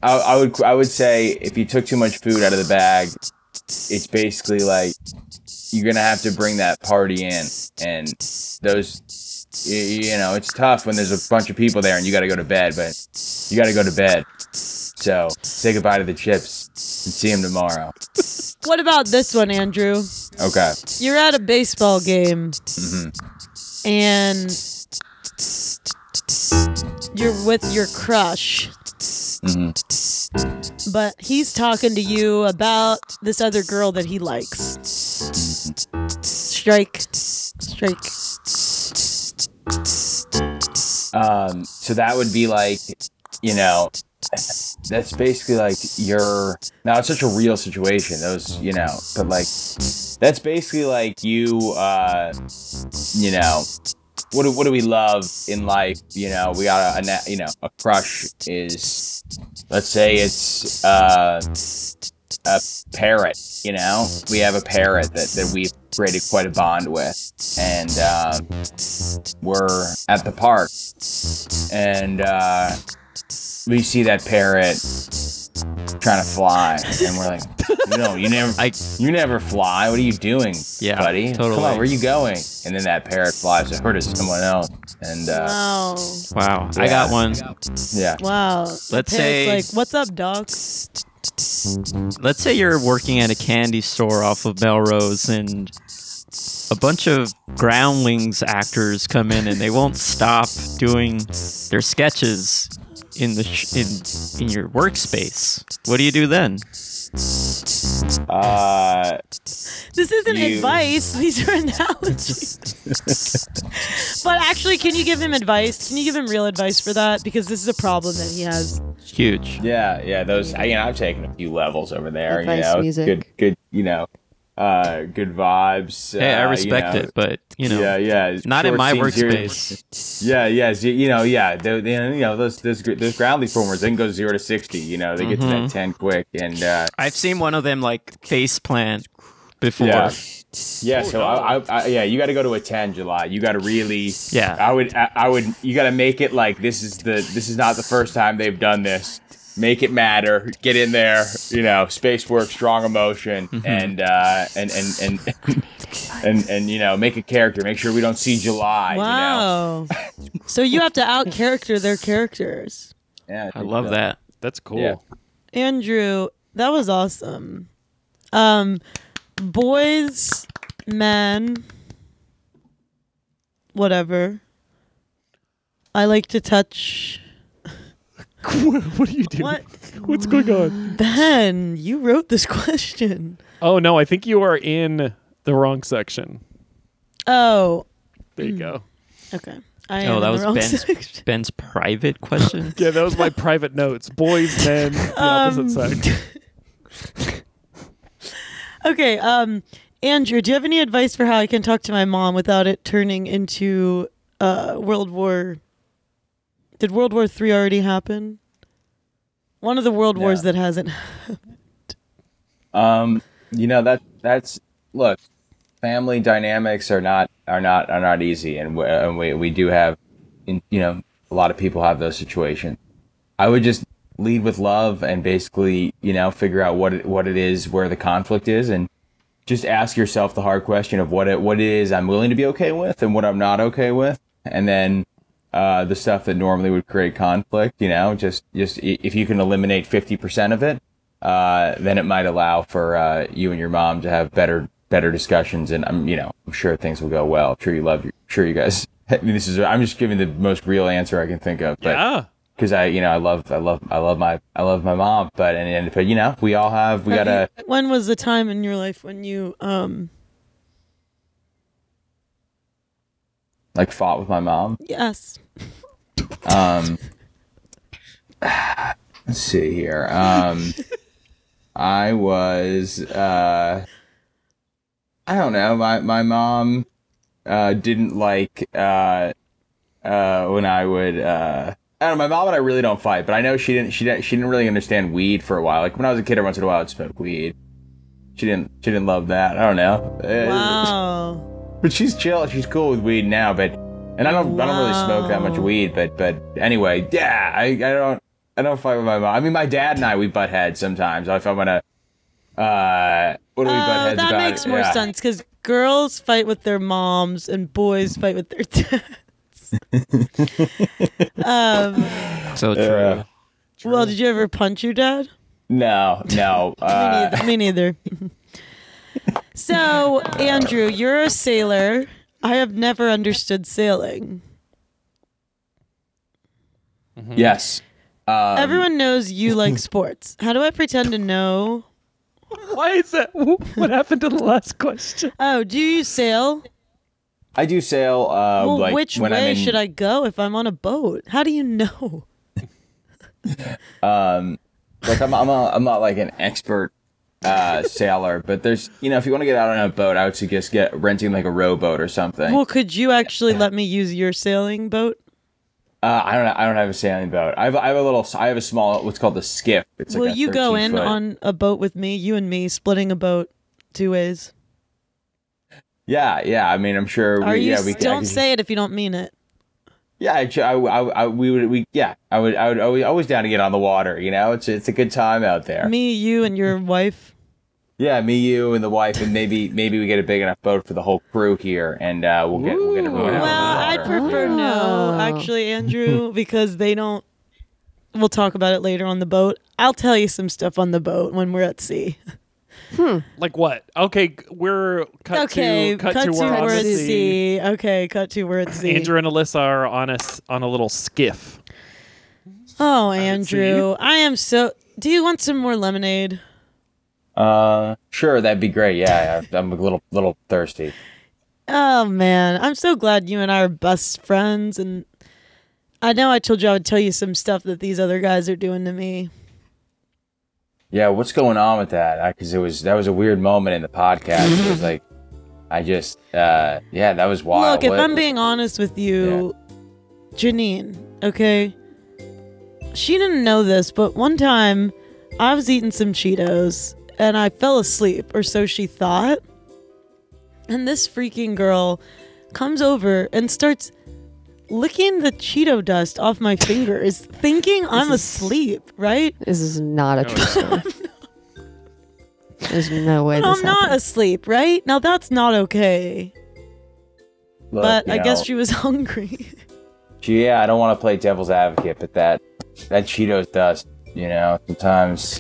[SPEAKER 7] I, I would I would say if you took too much food out of the bag, it's basically like you're gonna have to bring that party in, and those you, you know it's tough when there's a bunch of people there and you gotta go to bed, but you gotta go to bed. So say goodbye to the chips and see him tomorrow.
[SPEAKER 4] What about this one, Andrew?
[SPEAKER 7] Okay.
[SPEAKER 4] You're at a baseball game,
[SPEAKER 6] Mm-hmm.
[SPEAKER 4] and you're with your crush.
[SPEAKER 6] Mm-hmm.
[SPEAKER 4] But he's talking to you about this other girl that he likes.
[SPEAKER 6] Mm-hmm.
[SPEAKER 4] Strike, strike.
[SPEAKER 7] Um, so that would be like, you know, that's basically like your. Now it's such a real situation. Those, you know, but like, that's basically like you, uh, you know, what do, what do we love in life? You know, we got a, a na- you know, a crush is, let's say it's, uh, a parrot, you know, we have a parrot that, that we've created quite a bond with. And, um, we're at the park and uh, we see that parrot trying to fly, and we're like, "No, you never,
[SPEAKER 6] I-
[SPEAKER 7] you never fly. What are you doing,
[SPEAKER 6] Yeah,
[SPEAKER 7] buddy? Come
[SPEAKER 6] totally.
[SPEAKER 7] on, where are you going?" And then that parrot flies over to someone else, And uh,
[SPEAKER 5] Oh,
[SPEAKER 4] Wow.
[SPEAKER 6] Wow, I got
[SPEAKER 7] Yeah.
[SPEAKER 6] one.
[SPEAKER 7] yeah,
[SPEAKER 4] Oh, Wow.
[SPEAKER 6] Let's say-
[SPEAKER 4] like, what's up, dog?
[SPEAKER 6] Let's say you're working at a candy store off of Melrose and a bunch of groundlings actors come in and they won't stop doing their sketches in the sh- in in your workspace. What do you do then?
[SPEAKER 7] uh,
[SPEAKER 4] This isn't
[SPEAKER 7] You-
[SPEAKER 4] advice. These are analogies. but actually, can you give him advice? Can you give him real advice for that? Because this is a problem that he has.
[SPEAKER 6] Huge.
[SPEAKER 7] yeah, yeah. Those, I, you know, I've taken a few levels over there.
[SPEAKER 5] Advice
[SPEAKER 7] you know,
[SPEAKER 5] music.
[SPEAKER 7] good, good, you know, uh, good vibes.
[SPEAKER 6] Hey, I
[SPEAKER 7] uh, you
[SPEAKER 6] respect
[SPEAKER 7] know.
[SPEAKER 6] it, but you know,
[SPEAKER 7] yeah, yeah.
[SPEAKER 6] not in
[SPEAKER 7] short
[SPEAKER 6] my
[SPEAKER 7] scenes here-
[SPEAKER 6] workspace.
[SPEAKER 7] Yeah, yes, you, you know, yeah, they, they, you know, those those gr- those ground leaf formers, they can go zero to sixty. You know, they get to
[SPEAKER 6] Mm-hmm.
[SPEAKER 7] that ten quick, and uh,
[SPEAKER 6] I've seen one of them like face plant before.
[SPEAKER 7] yeah, yeah. So I, I, I, yeah, you got to go to a ten, July. You got to really,
[SPEAKER 6] Yeah.
[SPEAKER 7] I would, I, I would, you got to make it like this is the this is not the first time they've done this. Make it matter. Get in there. You know, space work, strong emotion, and uh, and and and. And, and you know make a character make sure we don't see july
[SPEAKER 4] Wow. so you have to out character their characters.
[SPEAKER 7] you know? yeah,
[SPEAKER 6] I love that.
[SPEAKER 2] That's cool.
[SPEAKER 7] Yeah.
[SPEAKER 4] Andrew, that was awesome. Um, boys, men, whatever. I like to touch.
[SPEAKER 2] what, what do you do?
[SPEAKER 4] What?
[SPEAKER 2] What's going on?
[SPEAKER 4] Ben, you wrote this question.
[SPEAKER 2] Oh no, I think you are in the wrong section.
[SPEAKER 4] Oh,
[SPEAKER 2] There you go.
[SPEAKER 4] okay. I am
[SPEAKER 6] Oh,
[SPEAKER 4] in
[SPEAKER 6] that
[SPEAKER 4] the
[SPEAKER 6] was
[SPEAKER 4] wrong
[SPEAKER 6] Ben's,
[SPEAKER 4] section.
[SPEAKER 6] Ben's private question.
[SPEAKER 2] Yeah, that was my private notes. Boys, men, the opposite sex.
[SPEAKER 4] Okay, um, Andrew, do you have any advice for how I can talk to my mom without it turning into uh, World War? Did World War Three already happen? One of the world wars
[SPEAKER 7] No.
[SPEAKER 4] that hasn't.
[SPEAKER 7] Um, you know that that's look, family dynamics are not are not are not easy, and we, and we we do have, in, you know, a lot of people have those situations. I would just lead with love and basically, you know, figure out what it, what it is where the conflict is, and just ask yourself the hard question of what it what it is I'm willing to be okay with and what I'm not okay with, and then. Uh, the stuff that normally would create conflict, you know, just just i- if you can eliminate fifty percent of it, uh, then it might allow for uh, you and your mom to have better better discussions. And I'm you know I'm sure things will go well. I'm sure you love your, I'm sure you guys. I mean, this is I'm just giving the most real answer I can think of. But,
[SPEAKER 2] Yeah.
[SPEAKER 7] Because I you know I love I love I love my I love my mom. But and, and but you know we all have we gotta.
[SPEAKER 4] When was the time in your life when you um
[SPEAKER 7] like fought with my mom.
[SPEAKER 4] yes
[SPEAKER 7] Um, let's see here. Um, I was, uh, I don't know. My my mom uh, didn't like uh, uh, when I would. Uh, I don't know, my mom and I really don't fight, but I know she didn't. She didn't. She didn't really understand weed for a while. Like when I was a kid, every once in a while I'd smoke weed. She didn't. She didn't love that. I don't know. Uh,
[SPEAKER 4] wow
[SPEAKER 7] but she's chill. She's cool with weed now. But and I don't. I don't really smoke that much
[SPEAKER 4] Wow.
[SPEAKER 7] weed. But but anyway, yeah. I, I don't. I don't fight with my mom. I mean, my dad and I we butt heads sometimes. If I'm gonna. Uh, what do we butt
[SPEAKER 4] uh,
[SPEAKER 7] heads
[SPEAKER 4] that
[SPEAKER 7] about?
[SPEAKER 4] makes more
[SPEAKER 7] Yeah.
[SPEAKER 4] sense because girls fight with their moms and boys fight with their dads um
[SPEAKER 6] So true.
[SPEAKER 7] Yeah.
[SPEAKER 4] well did you ever punch your dad
[SPEAKER 7] No, no. Uh,
[SPEAKER 4] me neither me neither so andrew you're a sailor i have never understood sailing
[SPEAKER 7] yes. Um,
[SPEAKER 4] everyone knows you like sports how do i pretend to know
[SPEAKER 2] Why is that? What happened to the last question?
[SPEAKER 4] oh do you sail
[SPEAKER 7] I do sail. Uh,
[SPEAKER 4] Well,
[SPEAKER 7] like
[SPEAKER 4] which
[SPEAKER 7] when I'm
[SPEAKER 4] way
[SPEAKER 7] in,
[SPEAKER 4] should I go if I'm on a boat? How do you know?
[SPEAKER 7] um like I'm I'm, a, I'm not like an expert uh sailor but there's you know if you want to get out on a boat I would suggest get renting like a rowboat or something.
[SPEAKER 4] Well, could you actually let me use your sailing boat?
[SPEAKER 7] Uh, I don't I don't have a sailing boat. I have I have a little I have a small what's called a skiff. It's like
[SPEAKER 4] Will
[SPEAKER 7] a
[SPEAKER 4] you go
[SPEAKER 7] 13
[SPEAKER 4] in
[SPEAKER 7] foot.
[SPEAKER 4] on a boat with me, you and me, splitting a boat two ways?
[SPEAKER 7] Yeah, yeah. I mean, I'm sure.
[SPEAKER 4] Are
[SPEAKER 7] we,
[SPEAKER 4] you?
[SPEAKER 7] yeah, we
[SPEAKER 4] s-
[SPEAKER 7] can- I
[SPEAKER 4] don't
[SPEAKER 7] can-
[SPEAKER 4] say it if you don't mean it.
[SPEAKER 7] Yeah, I, I, I, I- we would we yeah. I would I would always, always down to get on the water. You know, it's it's a good time out there.
[SPEAKER 4] Me, you, and your wife.
[SPEAKER 7] Yeah, me, you, and the wife, and maybe maybe we get a big enough boat for the whole crew here, and uh, we'll get we'll get everyone out.
[SPEAKER 4] Well,
[SPEAKER 7] on
[SPEAKER 4] I'd
[SPEAKER 7] the water.
[SPEAKER 4] prefer no, actually, Andrew, because they don't. We'll talk about it later on the boat. I'll tell you some stuff on the boat when we're at sea.
[SPEAKER 2] Like what? Okay, g- we're cut
[SPEAKER 4] okay,
[SPEAKER 2] to cut, to, we're on
[SPEAKER 4] we're
[SPEAKER 2] the
[SPEAKER 4] at
[SPEAKER 2] sea.
[SPEAKER 4] sea. Okay, cut to we're at sea.
[SPEAKER 2] Andrew and Alyssa are on a s- on a little skiff.
[SPEAKER 4] Oh, Andrew, I am so. Do you want some more lemonade?
[SPEAKER 7] Uh, sure, that'd be great. Yeah, I- I'm a little little thirsty.
[SPEAKER 4] Oh man, I'm so glad you and I are best friends. And I know I told you I would tell you some stuff that these other guys are doing to me.
[SPEAKER 7] Yeah, what's going on with that? Because it was that was a weird moment in the podcast. It was like, I just, uh, yeah, that was wild.
[SPEAKER 4] Look, if
[SPEAKER 7] What-
[SPEAKER 4] I'm being honest with you, Janine, okay? She didn't know this, but one time I was eating some Cheetos and I fell asleep, or so she thought. And this freaking girl comes over and starts licking the Cheeto dust off my fingers, thinking I'm asleep, right?
[SPEAKER 5] This is not a true story. There's no way
[SPEAKER 4] No,
[SPEAKER 5] this
[SPEAKER 4] I'm not
[SPEAKER 5] happened.
[SPEAKER 4] asleep, right? Now that's not okay.
[SPEAKER 7] look,
[SPEAKER 4] but
[SPEAKER 7] you
[SPEAKER 4] I guess
[SPEAKER 7] know,
[SPEAKER 4] she was hungry.
[SPEAKER 7] she- yeah, I don't want to play devil's advocate, but that that Cheetos dust, you know, sometimes.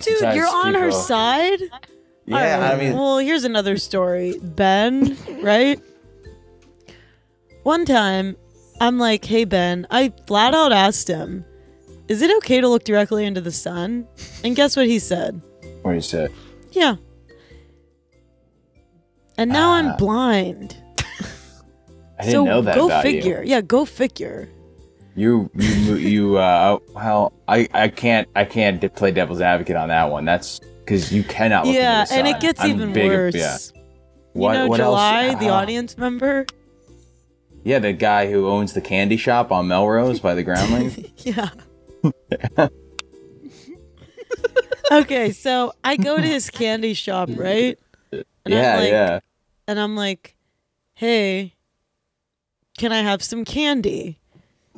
[SPEAKER 4] Dude,
[SPEAKER 7] Sometimes
[SPEAKER 4] you're on her
[SPEAKER 7] people-
[SPEAKER 4] side?
[SPEAKER 7] Yeah, I
[SPEAKER 4] Alright,
[SPEAKER 7] mean,
[SPEAKER 4] well, here's another story. Ben, right? One time, I'm like, hey, Ben, I flat out asked him, is it okay to look directly into the sun? And guess what he said?
[SPEAKER 7] what do you say?
[SPEAKER 4] Yeah. And now I'm blind.
[SPEAKER 7] Ah. I didn't
[SPEAKER 4] so
[SPEAKER 7] know that
[SPEAKER 4] go
[SPEAKER 7] about you.
[SPEAKER 4] figure. Yeah, go figure.
[SPEAKER 7] You you you uh how I I can't I can't de- play devil's advocate on that one. That's because you cannot look.
[SPEAKER 4] yeah,
[SPEAKER 7] into the
[SPEAKER 4] and
[SPEAKER 7] sun.
[SPEAKER 4] it gets
[SPEAKER 7] I'm
[SPEAKER 4] even
[SPEAKER 7] big-
[SPEAKER 4] worse.
[SPEAKER 7] Yeah.
[SPEAKER 4] You
[SPEAKER 7] What-
[SPEAKER 4] know,
[SPEAKER 7] what else?
[SPEAKER 4] July, the
[SPEAKER 7] Ah.
[SPEAKER 4] audience member?
[SPEAKER 7] yeah, the guy who owns the candy shop on Melrose by the Groundlings.
[SPEAKER 4] Yeah. okay, so I go to his candy shop, right? And
[SPEAKER 7] yeah,
[SPEAKER 4] I'm like,
[SPEAKER 7] yeah.
[SPEAKER 4] And I'm like, hey, can I have some candy?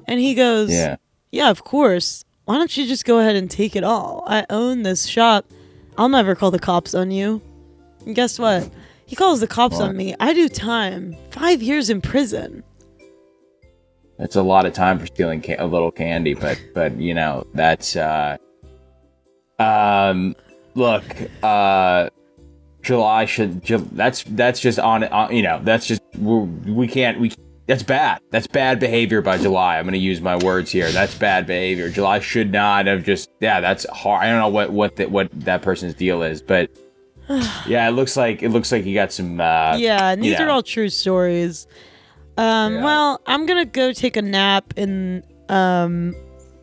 [SPEAKER 4] And he goes,
[SPEAKER 7] Yeah.
[SPEAKER 4] yeah, of course. Why don't you just go ahead and take it all? I own this shop. I'll never call the cops on you. And guess what? He calls the cops on me. I do time. Five years in prison.
[SPEAKER 7] That's a lot of time for stealing ca- a little candy, but but you know that's uh, um, look, uh, July should Ju- that's that's just on, on you know that's just we're, we can't we that's bad that's bad behavior by July. I'm gonna use my words here. That's bad behavior. July should not have just yeah. That's hard. I don't know what what the, what that person's deal is, but yeah, it looks like it looks like you got some uh,
[SPEAKER 4] yeah, and these
[SPEAKER 7] yeah.
[SPEAKER 4] are all true stories. Um,
[SPEAKER 7] Yeah.
[SPEAKER 4] Well, I'm gonna go take a nap in um,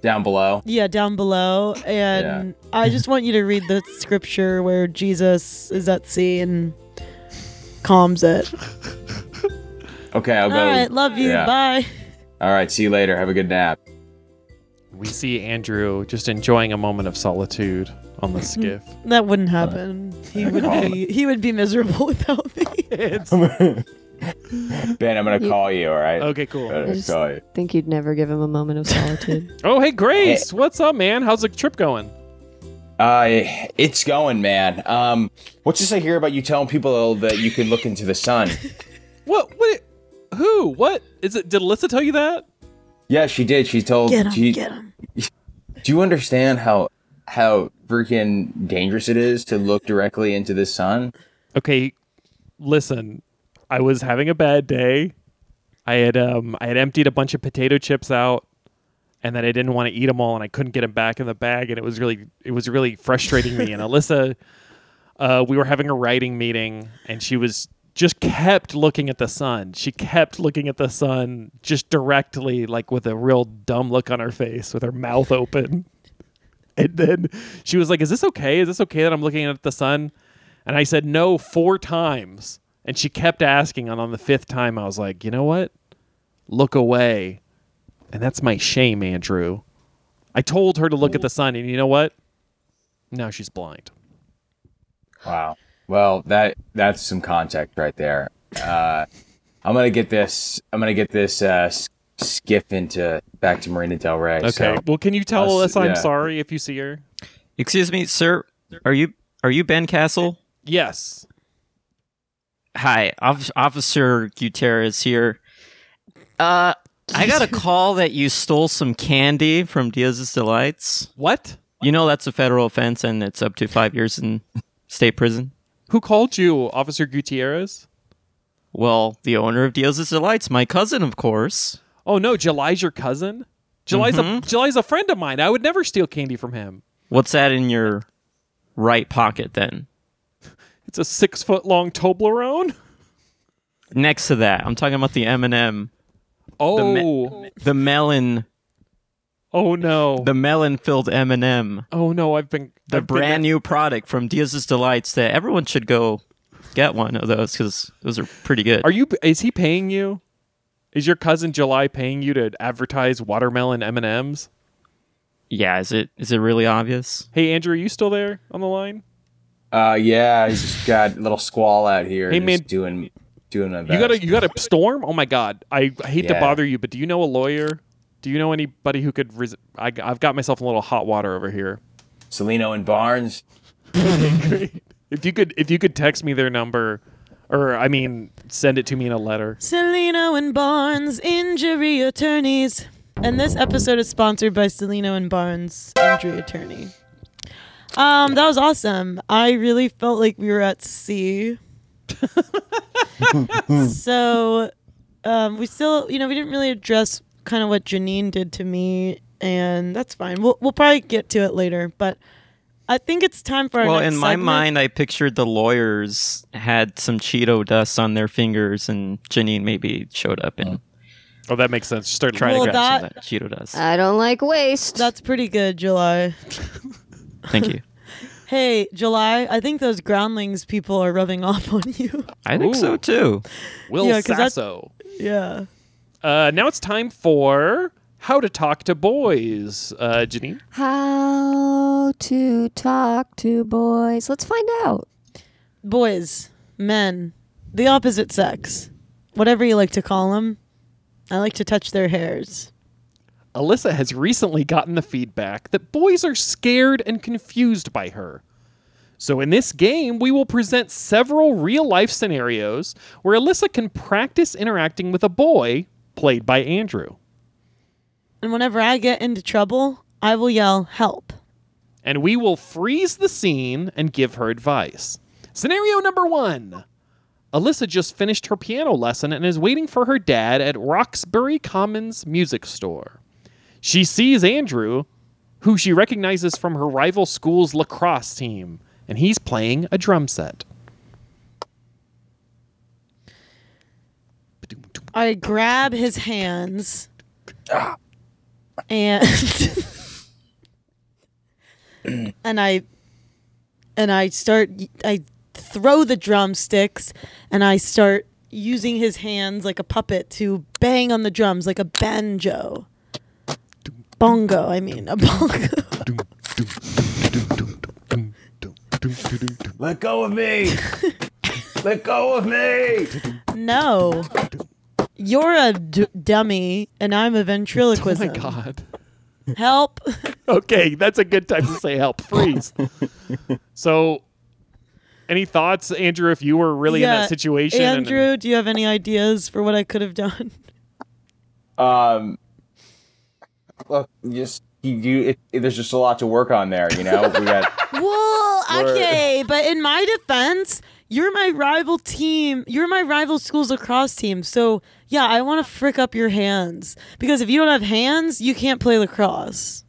[SPEAKER 7] down below.
[SPEAKER 4] yeah down below, and I just want you to read the scripture where Jesus is at sea and calms it.
[SPEAKER 7] Okay, I'll
[SPEAKER 4] All
[SPEAKER 7] go.
[SPEAKER 4] right, love you.
[SPEAKER 7] yeah.
[SPEAKER 4] Bye.
[SPEAKER 7] All right, see you later. Have a good nap.
[SPEAKER 2] We see Andrew just enjoying a moment of solitude on the skiff.
[SPEAKER 4] That
[SPEAKER 7] Uh,
[SPEAKER 4] wouldn't happen. He would be he would be miserable without me.
[SPEAKER 2] It's-
[SPEAKER 7] Ben, I'm gonna
[SPEAKER 5] You-
[SPEAKER 7] call you. All right.
[SPEAKER 2] okay, cool.
[SPEAKER 7] I'm
[SPEAKER 5] I
[SPEAKER 7] gonna
[SPEAKER 5] just
[SPEAKER 7] call you.
[SPEAKER 5] think you'd never give him a moment of solitude.
[SPEAKER 2] Oh, hey Grace, what's up, man? How's the trip going?
[SPEAKER 7] Uh, it's going, man. Um, what's this I hear about you telling people that you can look into the sun?
[SPEAKER 2] What? What? Who? What? Is it? Did Alyssa tell you that?
[SPEAKER 7] yeah, she did. She told.
[SPEAKER 4] Get him,
[SPEAKER 7] she-
[SPEAKER 4] get him.
[SPEAKER 7] Do you understand how how freaking dangerous it is to look directly into the sun?
[SPEAKER 2] okay listen i was having a bad day i had um i had emptied a bunch of potato chips out and then i didn't want to eat them all and i couldn't get them back in the bag and it was really it was really frustrating me and alyssa uh, we were having a writing meeting and she was just kept looking at the sun she kept looking at the sun just directly like with a real dumb look on her face with her mouth open and then she was like is this okay is this okay that i'm looking at the sun and I said no four times. And she kept asking. And on the fifth time, I was like, you know what? Look away. And that's my shame, Andrew. I told her to look at the sun. And you know what? Now she's blind.
[SPEAKER 7] Wow. Well, that that's some context right there. Uh, I'm gonna get this. I'm gonna get this uh, s- skiff into back to Marina Del Rey.
[SPEAKER 2] Okay.
[SPEAKER 7] so-
[SPEAKER 2] well, can you tell
[SPEAKER 7] Us-
[SPEAKER 2] Alyssa I'm
[SPEAKER 7] yeah.
[SPEAKER 2] sorry if you see her?
[SPEAKER 6] Excuse me, sir. Are you Are you Ben Castle?
[SPEAKER 2] Yes.
[SPEAKER 6] Hi, Off- Officer Gutierrez here. Uh, I got a call that you stole some candy from Diaz's Delights.
[SPEAKER 2] What?
[SPEAKER 6] You know that's a federal offense and it's up to five years in state prison.
[SPEAKER 2] Who called you, Officer Gutierrez?
[SPEAKER 6] Well, the owner of Diaz's Delights, my cousin, of course.
[SPEAKER 2] Oh no, July's your cousin. July's a July's a friend of mine. I would never steal candy from him.
[SPEAKER 6] What's that in your right pocket then?
[SPEAKER 2] It's a six foot long Toblerone.
[SPEAKER 6] Next to that, I'm talking about the M&M,
[SPEAKER 2] Oh,
[SPEAKER 6] the melon,
[SPEAKER 2] oh no,
[SPEAKER 6] the melon-filled M&M.
[SPEAKER 2] oh no. I've been
[SPEAKER 6] the
[SPEAKER 2] I've been-
[SPEAKER 6] brand new product from Diaz's Delights that everyone should go get one of those because those are pretty good.
[SPEAKER 2] Are you? Is he paying you? Is your cousin July paying you to advertise watermelon M and M's?
[SPEAKER 6] yeah, is it is it really obvious?
[SPEAKER 2] Hey Andrew, are you still there on the line?
[SPEAKER 7] Uh, yeah, he's just got a little squall out here.
[SPEAKER 2] Hey,
[SPEAKER 7] just
[SPEAKER 2] man.
[SPEAKER 7] doing doing my best.
[SPEAKER 2] You got a you got a storm? Oh my god! I, I hate to
[SPEAKER 7] Yeah.
[SPEAKER 2] bother you, but do you know a lawyer? Do you know anybody who could? Res- I, I've got myself in a little hot water over here.
[SPEAKER 7] Salino and Barnes.
[SPEAKER 2] If you could, if you could text me their number, or I mean, send it to me in a letter.
[SPEAKER 4] Celino and Barnes, injury attorneys. And this episode is sponsored by Celino and Barnes, injury attorney. Um, that was awesome. I really felt like we were at sea. so um, we still, you know, we didn't really address kind of what Janine did to me, and that's fine. We'll, we'll probably get to it later, but I think it's time for our
[SPEAKER 6] Well,
[SPEAKER 4] next
[SPEAKER 6] in my
[SPEAKER 4] segment.
[SPEAKER 6] mind, I pictured the lawyers had some Cheeto dust on their fingers, and Janine maybe showed up and
[SPEAKER 2] Oh, that makes sense. Start
[SPEAKER 6] tried
[SPEAKER 4] Well,
[SPEAKER 6] to grab some
[SPEAKER 4] that- Uh,
[SPEAKER 6] of that Cheeto dust.
[SPEAKER 5] I don't like waste.
[SPEAKER 4] That's pretty good, July.
[SPEAKER 6] Thank you.
[SPEAKER 4] Hey, July, I think those groundlings people are rubbing off on you.
[SPEAKER 6] I think so
[SPEAKER 2] Ooh.
[SPEAKER 6] too.
[SPEAKER 2] Will
[SPEAKER 4] Yeah, 'cause that's-
[SPEAKER 2] Sasso.
[SPEAKER 4] yeah.
[SPEAKER 2] Uh, now it's time for how to talk to boys. Uh, Janine,
[SPEAKER 5] How to talk to boys. Let's find out.
[SPEAKER 4] Boys, men, the opposite sex, whatever you like to call them. I like to touch their hairs.
[SPEAKER 2] Alyssa has recently gotten the feedback that boys are scared and confused by her. So, in this game, we will present several real life scenarios where Alyssa can practice interacting with a boy played by Andrew.
[SPEAKER 4] And whenever I get into trouble, I will yell, help.
[SPEAKER 2] and we will freeze the scene and give her advice. Scenario number one Alyssa just finished her piano lesson and is waiting for her dad at Roxbury Commons Music Store. She sees Andrew, who she recognizes from her rival school's lacrosse team, and he's playing a drum set.
[SPEAKER 4] I grab his hands and and I and I start I throw the drumsticks and I start using his hands like a puppet to bang on the drums like a banjo. Bongo, I mean, a bongo.
[SPEAKER 7] Let go of me. Let go of me.
[SPEAKER 4] No. You're a d- dummy and I'm a ventriloquist.
[SPEAKER 2] Oh my god.
[SPEAKER 4] Help.
[SPEAKER 2] Okay, that's a good time to say help. Freeze. so, any thoughts, Andrew, if you were really in
[SPEAKER 4] Yeah,
[SPEAKER 2] that situation? and-
[SPEAKER 4] Andrew, do you have any ideas for what I could have done?
[SPEAKER 7] Um, look, just you. you it, it- there's just a lot to work on there. You know, we got.
[SPEAKER 4] Well,
[SPEAKER 7] Word.
[SPEAKER 4] okay, but in my defense, you're my rival team. You're my rival school's lacrosse team. So, yeah, I want to frick up your hands because if you don't have hands, you can't play lacrosse.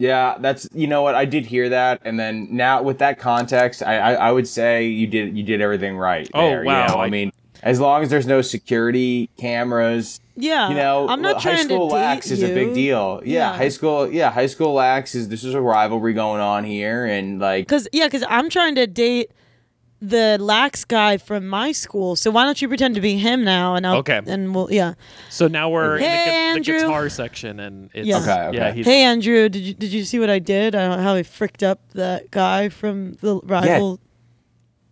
[SPEAKER 7] Yeah, that's you know what I did hear that, and then now with that context, I I, I would say you did you did everything right.
[SPEAKER 2] Oh,
[SPEAKER 7] there, you
[SPEAKER 2] wow,
[SPEAKER 7] know? I,
[SPEAKER 2] I-
[SPEAKER 7] mean, as long as there's no security cameras,
[SPEAKER 4] Yeah,
[SPEAKER 7] you know,
[SPEAKER 4] Uh, I'm not
[SPEAKER 7] high
[SPEAKER 4] trying
[SPEAKER 7] school
[SPEAKER 4] to
[SPEAKER 7] lax
[SPEAKER 4] date
[SPEAKER 7] is a big
[SPEAKER 4] you.
[SPEAKER 7] deal. Yeah,
[SPEAKER 4] Yeah.
[SPEAKER 7] high school. Yeah, high school lax is this is a rivalry going on here, and like
[SPEAKER 4] Cause yeah, cause I'm trying to date the lax guy from my school. So why don't you pretend to be him now? And I'll,
[SPEAKER 2] Okay.
[SPEAKER 4] and we'll yeah.
[SPEAKER 2] So now we're
[SPEAKER 4] Hey,
[SPEAKER 2] in the, gu-
[SPEAKER 4] Andrew.
[SPEAKER 2] the guitar section, and it's
[SPEAKER 4] Yeah. Okay,
[SPEAKER 7] okay.
[SPEAKER 2] yeah, he's
[SPEAKER 4] Hey Andrew, did you did you see what I did? I don't know how I fricked up that guy from the rival.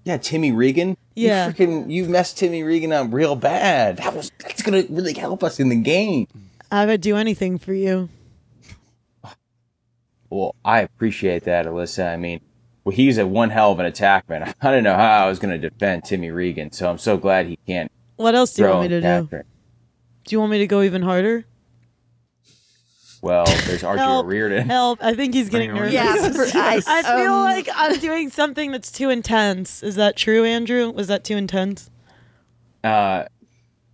[SPEAKER 7] yeah, Timmy Regan.
[SPEAKER 4] Yeah.
[SPEAKER 7] you freaking you messed Timmy Regan up real bad. That was that's gonna really help us in the game.
[SPEAKER 4] I would do anything for you.
[SPEAKER 7] Well, I appreciate that, Alyssa. I mean, well, he's a one hell of an attackman. I don't know how I was going to defend Timmy Regan, so I'm so glad he can't
[SPEAKER 4] What else do you
[SPEAKER 7] throw
[SPEAKER 4] want me
[SPEAKER 7] him
[SPEAKER 4] to do?
[SPEAKER 7] Patrick.
[SPEAKER 4] Do you want me to go even harder?
[SPEAKER 7] Well, there's Archer
[SPEAKER 4] Help.
[SPEAKER 7] Reardon.
[SPEAKER 4] Help. I think he's getting
[SPEAKER 6] Bring it
[SPEAKER 4] nervous.
[SPEAKER 5] Yeah,
[SPEAKER 6] on.
[SPEAKER 5] for- I-
[SPEAKER 4] I feel
[SPEAKER 5] um,
[SPEAKER 4] like I'm doing something that's too intense. Is that true, Andrew? Was that too intense?
[SPEAKER 7] Uh,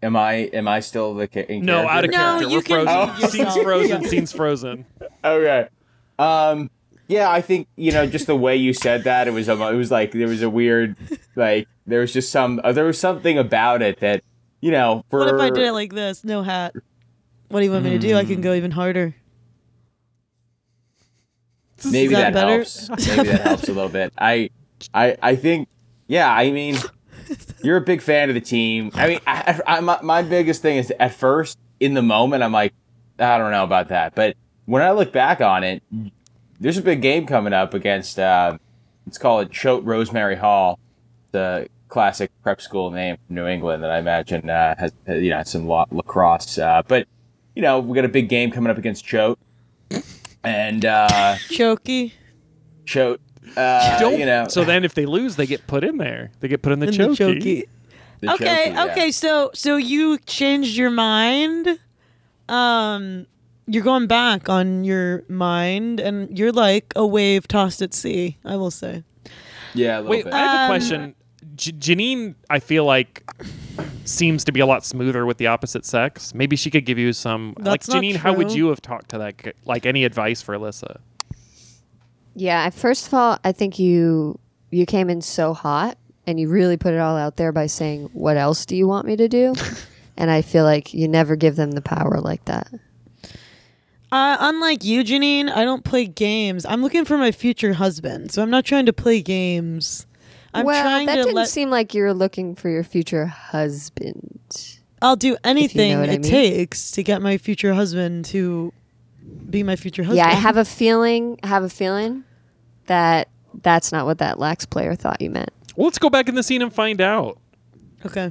[SPEAKER 7] am I am I still the ca- in
[SPEAKER 2] No, out of character.
[SPEAKER 7] character?
[SPEAKER 4] you
[SPEAKER 2] We're
[SPEAKER 4] can Oh.
[SPEAKER 2] frozen.
[SPEAKER 4] do it
[SPEAKER 2] Scenes
[SPEAKER 4] yourself.
[SPEAKER 2] frozen. Scenes frozen.
[SPEAKER 7] Okay. Um. Yeah, I think you know just the way you said that. It was um, it was like there was a weird like there was just some uh, there was something about it that you know for
[SPEAKER 4] What if I did it like this? No hat. What do you want me to do? I can go even harder. Is
[SPEAKER 7] maybe that,
[SPEAKER 4] that better?
[SPEAKER 7] helps maybe that helps a little bit. I I I think yeah. I mean, you're a big fan of the team. I mean, I, I, my my biggest thing is at first in the moment I'm like I don't know about that, but when I look back on it, there's a big game coming up against uh, let's call it Choate Rosemary Hall, the classic prep school name from New England that I imagine uh, has uh, you know some la- lacrosse. Uh, but you know we got a big game coming up against Choate, and uh,
[SPEAKER 4] Choky.
[SPEAKER 7] Choate. Uh,
[SPEAKER 2] Don't-
[SPEAKER 7] you know,
[SPEAKER 2] So then, if they lose, they get put in there. They get put in the
[SPEAKER 4] and the
[SPEAKER 2] chokey.
[SPEAKER 4] Choky.
[SPEAKER 7] the
[SPEAKER 4] okay
[SPEAKER 7] Choate, yeah.
[SPEAKER 4] okay so so you changed your mind um you're going back on your mind and you're like a wave tossed at sea i will say
[SPEAKER 7] Yeah, a little
[SPEAKER 2] Wait,
[SPEAKER 7] bit.
[SPEAKER 2] I have a
[SPEAKER 4] Um,
[SPEAKER 2] question. J- Janine, I feel like seems to be a lot smoother with the opposite sex. Maybe she could give you some.
[SPEAKER 4] That's
[SPEAKER 2] like
[SPEAKER 4] not
[SPEAKER 2] Janine, how would
[SPEAKER 4] true.
[SPEAKER 2] you have talked to that? g- Like any advice for Alyssa?
[SPEAKER 5] Yeah, I- first of all, I think you you came in so hot and you really put it all out there by saying, "What else do you want me to do?" and I feel like you never give them the power like that.
[SPEAKER 4] uh, unlike you janine i don't play games i'm looking for my future husband so i'm not trying to play games i'm
[SPEAKER 5] well,
[SPEAKER 4] trying
[SPEAKER 5] that
[SPEAKER 4] to
[SPEAKER 5] didn't
[SPEAKER 4] let
[SPEAKER 5] seem like you're looking for your future husband.
[SPEAKER 4] i'll do anything
[SPEAKER 5] what
[SPEAKER 4] it
[SPEAKER 5] I mean.
[SPEAKER 4] takes to get my future husband to be my future husband
[SPEAKER 5] Yeah, I have a feeling. I have a feeling that that's not what that lax player thought you meant.
[SPEAKER 2] Well, let's go back in the scene and find out.
[SPEAKER 4] okay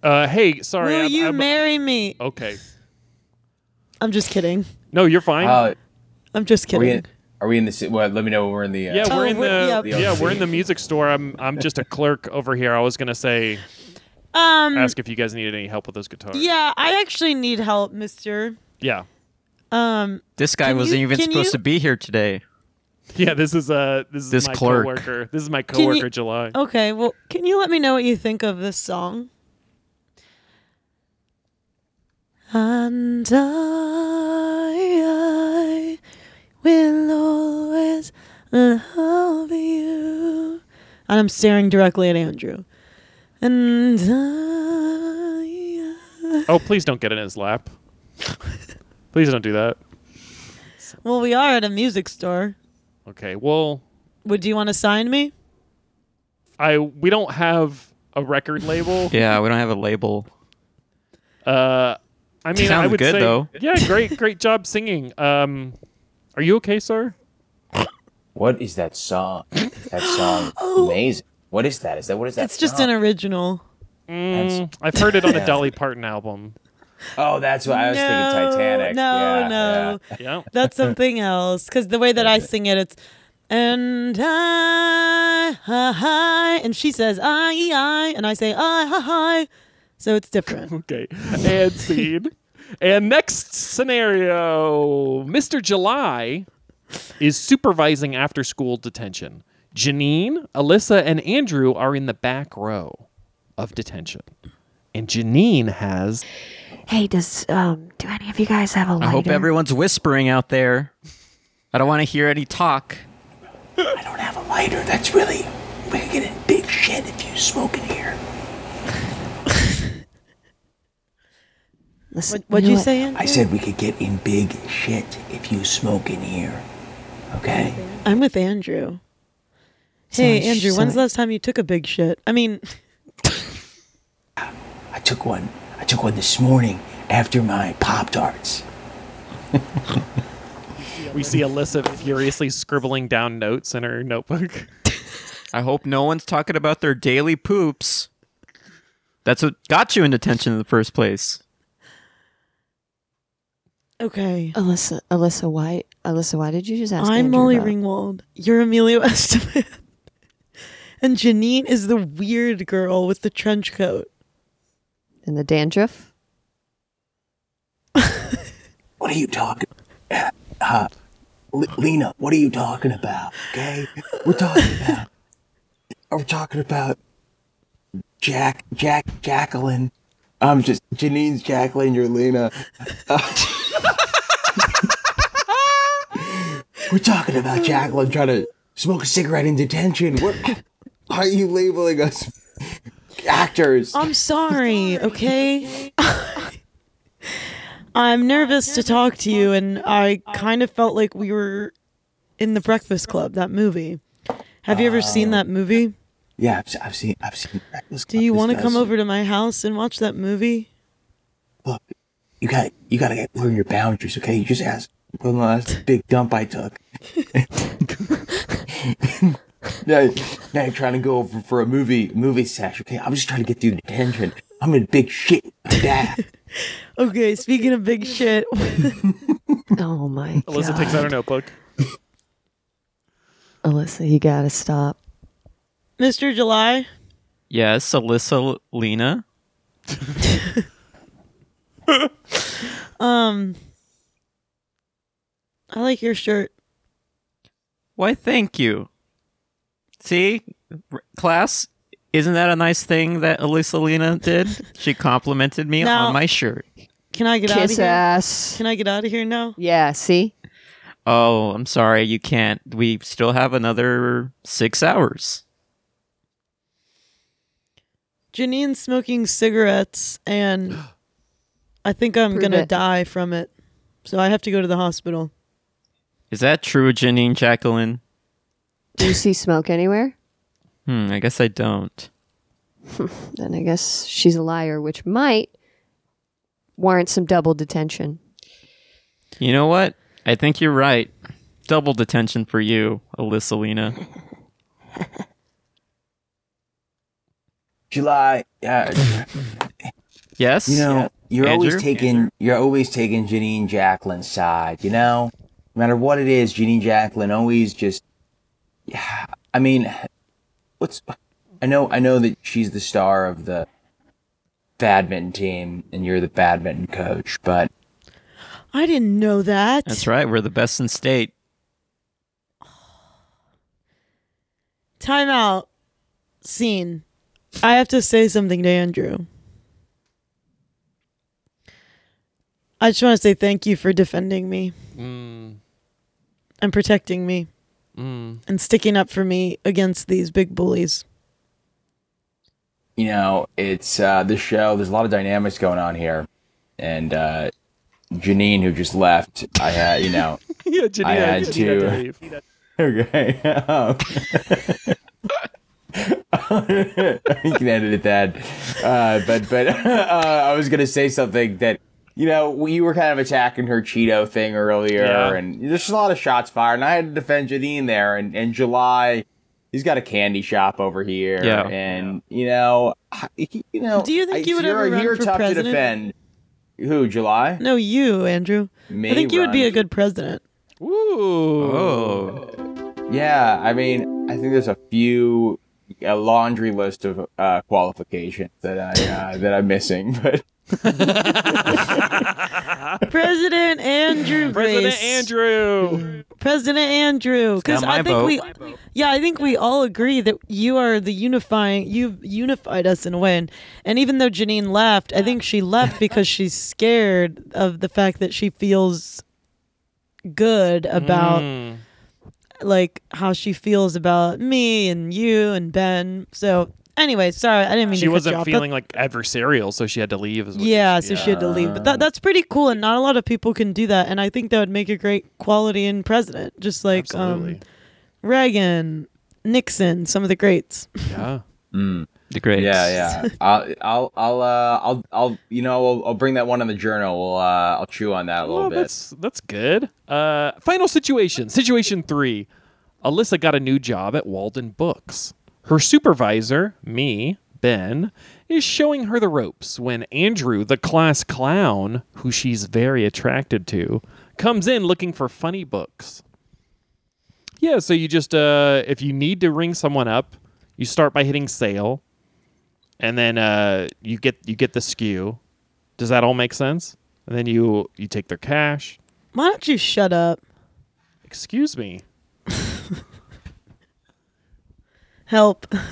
[SPEAKER 2] Uh, hey, sorry.
[SPEAKER 4] will
[SPEAKER 2] I'm-
[SPEAKER 4] you
[SPEAKER 2] I'm-
[SPEAKER 4] marry me
[SPEAKER 2] okay.
[SPEAKER 4] i'm just kidding
[SPEAKER 2] No, you're fine.
[SPEAKER 7] Uh,
[SPEAKER 4] i'm just
[SPEAKER 7] are
[SPEAKER 4] kidding
[SPEAKER 7] we in, are we in the? si- Well, let me know when we're in the. Uh,
[SPEAKER 2] yeah, we're
[SPEAKER 4] Oh,
[SPEAKER 2] in
[SPEAKER 4] we're-
[SPEAKER 2] the
[SPEAKER 7] yeah.
[SPEAKER 2] yeah, we're in the music store. I'm I'm just a clerk over here. I was gonna say
[SPEAKER 4] um
[SPEAKER 2] ask if you guys needed any help with those guitars.
[SPEAKER 4] Yeah, I actually need help, mister.
[SPEAKER 2] yeah,
[SPEAKER 4] Um,
[SPEAKER 6] This guy
[SPEAKER 4] Can
[SPEAKER 6] wasn't
[SPEAKER 4] you-
[SPEAKER 6] even
[SPEAKER 4] can
[SPEAKER 6] supposed
[SPEAKER 4] you-
[SPEAKER 6] to be here today.
[SPEAKER 2] Yeah, This is uh this is
[SPEAKER 6] This
[SPEAKER 2] my
[SPEAKER 6] clerk.
[SPEAKER 2] coworker. This is my
[SPEAKER 4] you- Oh.
[SPEAKER 2] coworker, July.
[SPEAKER 4] okay, well, can you let me know what you think of this song? And I, I will always love you. And I'm staring directly at Andrew. And I, I
[SPEAKER 2] Oh, please don't get in his lap. please don't do that.
[SPEAKER 4] well, we are at a music store.
[SPEAKER 2] Okay. Well,
[SPEAKER 4] Would you want to sign me?
[SPEAKER 2] I we don't have a record label.
[SPEAKER 6] Yeah, we don't have a label.
[SPEAKER 2] Uh, I mean, I
[SPEAKER 6] Sounds
[SPEAKER 2] would
[SPEAKER 6] good,
[SPEAKER 2] say,
[SPEAKER 6] though.
[SPEAKER 2] yeah, great, great job singing. Um, are you okay, sir?
[SPEAKER 7] What is that song? That song, amazing. What is that? Is that what is that?
[SPEAKER 4] Oh. It's just
[SPEAKER 7] Oh.
[SPEAKER 4] an original.
[SPEAKER 2] Mm, I've heard it on the
[SPEAKER 7] Yeah.
[SPEAKER 2] Dolly Parton album.
[SPEAKER 7] Oh, that's what I was thinking. Titanic.
[SPEAKER 4] No,
[SPEAKER 7] Yeah,
[SPEAKER 4] no.
[SPEAKER 2] Yeah.
[SPEAKER 4] That's something else. Because the way that I sing it, it's and I, hi, hi, and she says I, I, and I say I, hi, hi. So it's different.
[SPEAKER 2] Okay. And scene. and next scenario Mr. July is supervising after school detention. Janine, Alyssa, and Andrew are in the back row of detention. And Janine has
[SPEAKER 3] Hey, does um do any of you guys have a lighter?
[SPEAKER 6] I hope everyone's whispering out there. I don't want to hear any talk.
[SPEAKER 7] I don't have a lighter. That's really we could get in big shit if you smoke in here.
[SPEAKER 5] Listen,
[SPEAKER 4] What, what'd you
[SPEAKER 5] know
[SPEAKER 4] say? Andrew?
[SPEAKER 8] I said we could get in big shit if you smoke in here. Okay?
[SPEAKER 4] I'm with Andrew. Hey,
[SPEAKER 5] Sorry,
[SPEAKER 4] Andrew, when's
[SPEAKER 5] sorry.
[SPEAKER 4] the last time you took a big shit? I mean,
[SPEAKER 8] I took one. I took one this morning after my Pop Tarts.
[SPEAKER 2] we see Alyssa furiously scribbling down notes in her notebook.
[SPEAKER 6] I hope no one's talking about their daily poops. That's what got you in detention in the first place.
[SPEAKER 4] Okay.
[SPEAKER 5] Alyssa, Alyssa, why, Alyssa, why did you just ask?
[SPEAKER 4] I'm
[SPEAKER 5] Andrew
[SPEAKER 4] Molly
[SPEAKER 5] about-
[SPEAKER 4] Ringwald. You're Emilio Estevez. and Janine is the weird girl with the trench coat.
[SPEAKER 5] And the dandruff.
[SPEAKER 8] What are you talking? Uh, L- Lena, what are you talking about? Okay, we're talking about. We're talking about Jack, Jack, Jacqueline. I'm just Janine's Jacqueline. You're Lena. Uh, we're talking about Jacqueline trying to smoke a cigarette in detention. What? Why are you labeling us actors?
[SPEAKER 4] I'm sorry, okay? I'm nervous to talk to you, and I kind of felt like we were in The Breakfast Club, that movie. Have you ever seen that movie?
[SPEAKER 8] yeah, I've, se- I've seen. I've seen. Breakfast
[SPEAKER 4] Do
[SPEAKER 8] Club.
[SPEAKER 4] you
[SPEAKER 8] This
[SPEAKER 4] want to
[SPEAKER 8] does-
[SPEAKER 4] come over to my house and watch that movie?
[SPEAKER 8] look, you got you got to get learn your boundaries, okay? You just asked one last big dump I took. now, now you're trying to go over for a movie movie sesh, okay? I'm just trying to get through the tension. I'm in big shit. with Dad.
[SPEAKER 4] Okay, speaking of big shit,
[SPEAKER 5] Oh my
[SPEAKER 2] Alyssa
[SPEAKER 5] god,
[SPEAKER 2] takes out her notebook.
[SPEAKER 5] Alyssa, you gotta stop.
[SPEAKER 4] Mr. July,
[SPEAKER 6] Yes, Alyssa Lena.
[SPEAKER 4] um, I like your shirt.
[SPEAKER 6] Why, thank you. See, r- class, isn't that a nice thing that Alyssa Lena did? she complimented me
[SPEAKER 4] Now-
[SPEAKER 6] on my shirt.
[SPEAKER 4] Can I get out of
[SPEAKER 5] Kiss
[SPEAKER 4] here?
[SPEAKER 5] ass.
[SPEAKER 4] Can I get out of here now?
[SPEAKER 5] Yeah, see,
[SPEAKER 6] Oh, I'm sorry, you can't. We still have another six hours.
[SPEAKER 4] Janine's smoking cigarettes, and I think I'm
[SPEAKER 5] Prove
[SPEAKER 4] gonna
[SPEAKER 5] it.
[SPEAKER 4] die from it. So I have to go to the hospital.
[SPEAKER 6] Is that true, Janine Jacqueline?
[SPEAKER 5] do you see smoke anywhere?
[SPEAKER 6] Hmm, I guess I don't.
[SPEAKER 5] Then I guess she's a liar, which might warrant some double detention.
[SPEAKER 6] You know what? I think you're right. Double detention for you, Alyssa Lena.
[SPEAKER 8] July. Yeah,
[SPEAKER 6] Yes?
[SPEAKER 8] you know you're always
[SPEAKER 6] Andrew?
[SPEAKER 8] taking you're always taking Janine Jacqueline's side. You know, no matter what it is, Janine Jacqueline always just. Yeah, I mean, what's I know I know that she's the star of the badminton team and you're the badminton coach, but
[SPEAKER 4] I didn't know that.
[SPEAKER 6] That's right. We're the best in state.
[SPEAKER 4] Time out. Scene. I have to say something to Andrew. I just want to say thank you for defending me and protecting me and sticking up for me against these big bullies.
[SPEAKER 7] you know, it's uh, this show. There's a lot of dynamics going on here, and uh, Janine, who just left, I had, you know,
[SPEAKER 2] yeah, Janine,
[SPEAKER 7] I had
[SPEAKER 2] Janine had
[SPEAKER 7] to-
[SPEAKER 2] leave.
[SPEAKER 7] okay. um, you can edit that, uh, but but uh, I was gonna say something that you know we were kind of attacking her Cheeto thing earlier,
[SPEAKER 2] Yeah.
[SPEAKER 7] and there's a lot of shots fired, and I had to defend Janine there, and and July. He's got a candy shop over here,
[SPEAKER 6] Yeah.
[SPEAKER 7] and you know, he- you know.
[SPEAKER 4] Do you think
[SPEAKER 7] I-
[SPEAKER 4] you would
[SPEAKER 7] you're,
[SPEAKER 4] ever run
[SPEAKER 7] you're
[SPEAKER 4] for
[SPEAKER 7] tough
[SPEAKER 4] president?
[SPEAKER 7] to defend? Who July?
[SPEAKER 4] No, you, Andrew.
[SPEAKER 7] Me
[SPEAKER 4] I think you would be
[SPEAKER 7] run
[SPEAKER 4] a good president.
[SPEAKER 2] Ooh.
[SPEAKER 6] Oh.
[SPEAKER 7] Yeah, I mean, I think there's a few a laundry list of uh, qualifications that I uh, that I'm missing, but
[SPEAKER 4] President Andrew
[SPEAKER 2] President
[SPEAKER 4] Grace.
[SPEAKER 2] Andrew.
[SPEAKER 4] President Andrew. Because
[SPEAKER 6] Now my
[SPEAKER 4] I think
[SPEAKER 6] vote.
[SPEAKER 4] we, yeah, I think we all agree that you are the unifying. You've unified us in a way, and, and even though Janine left, I think she left because she's scared of the fact that she feels good about like how she feels about me and you and Ben. So anyway, sorry, I didn't mean
[SPEAKER 2] She
[SPEAKER 4] to cut you
[SPEAKER 2] wasn't
[SPEAKER 4] off. That-
[SPEAKER 2] feeling like adversarial, so she had to leave. Is what
[SPEAKER 4] yeah,
[SPEAKER 2] you-
[SPEAKER 4] so she had to leave. But that, that's pretty cool, and not a lot of people can do that. And I think that would make a great quality in president, just like um,
[SPEAKER 2] Absolutely.
[SPEAKER 4] Reagan, Nixon, some of the greats.
[SPEAKER 2] yeah.
[SPEAKER 6] The greats.
[SPEAKER 7] yeah, yeah. I'll I'll I'll uh, I'll I'll you know I'll, I'll bring that one in the journal. We'll uh, I'll chew on that a little
[SPEAKER 2] Well,
[SPEAKER 7] bit.
[SPEAKER 2] Oh, that's that's good. Uh, final situation. Situation three. Alyssa got a new job at Walden Books. Her supervisor, me, Ben, is showing her the ropes when Andrew, the class clown, who she's very attracted to, comes in looking for funny books. Yeah, so you just, uh, if you need to ring someone up, you start by hitting sale, and then uh, you get you get the skew. Does that all make sense? And then you you take their cash.
[SPEAKER 4] Why don't you shut up?
[SPEAKER 2] Excuse me.
[SPEAKER 4] Help.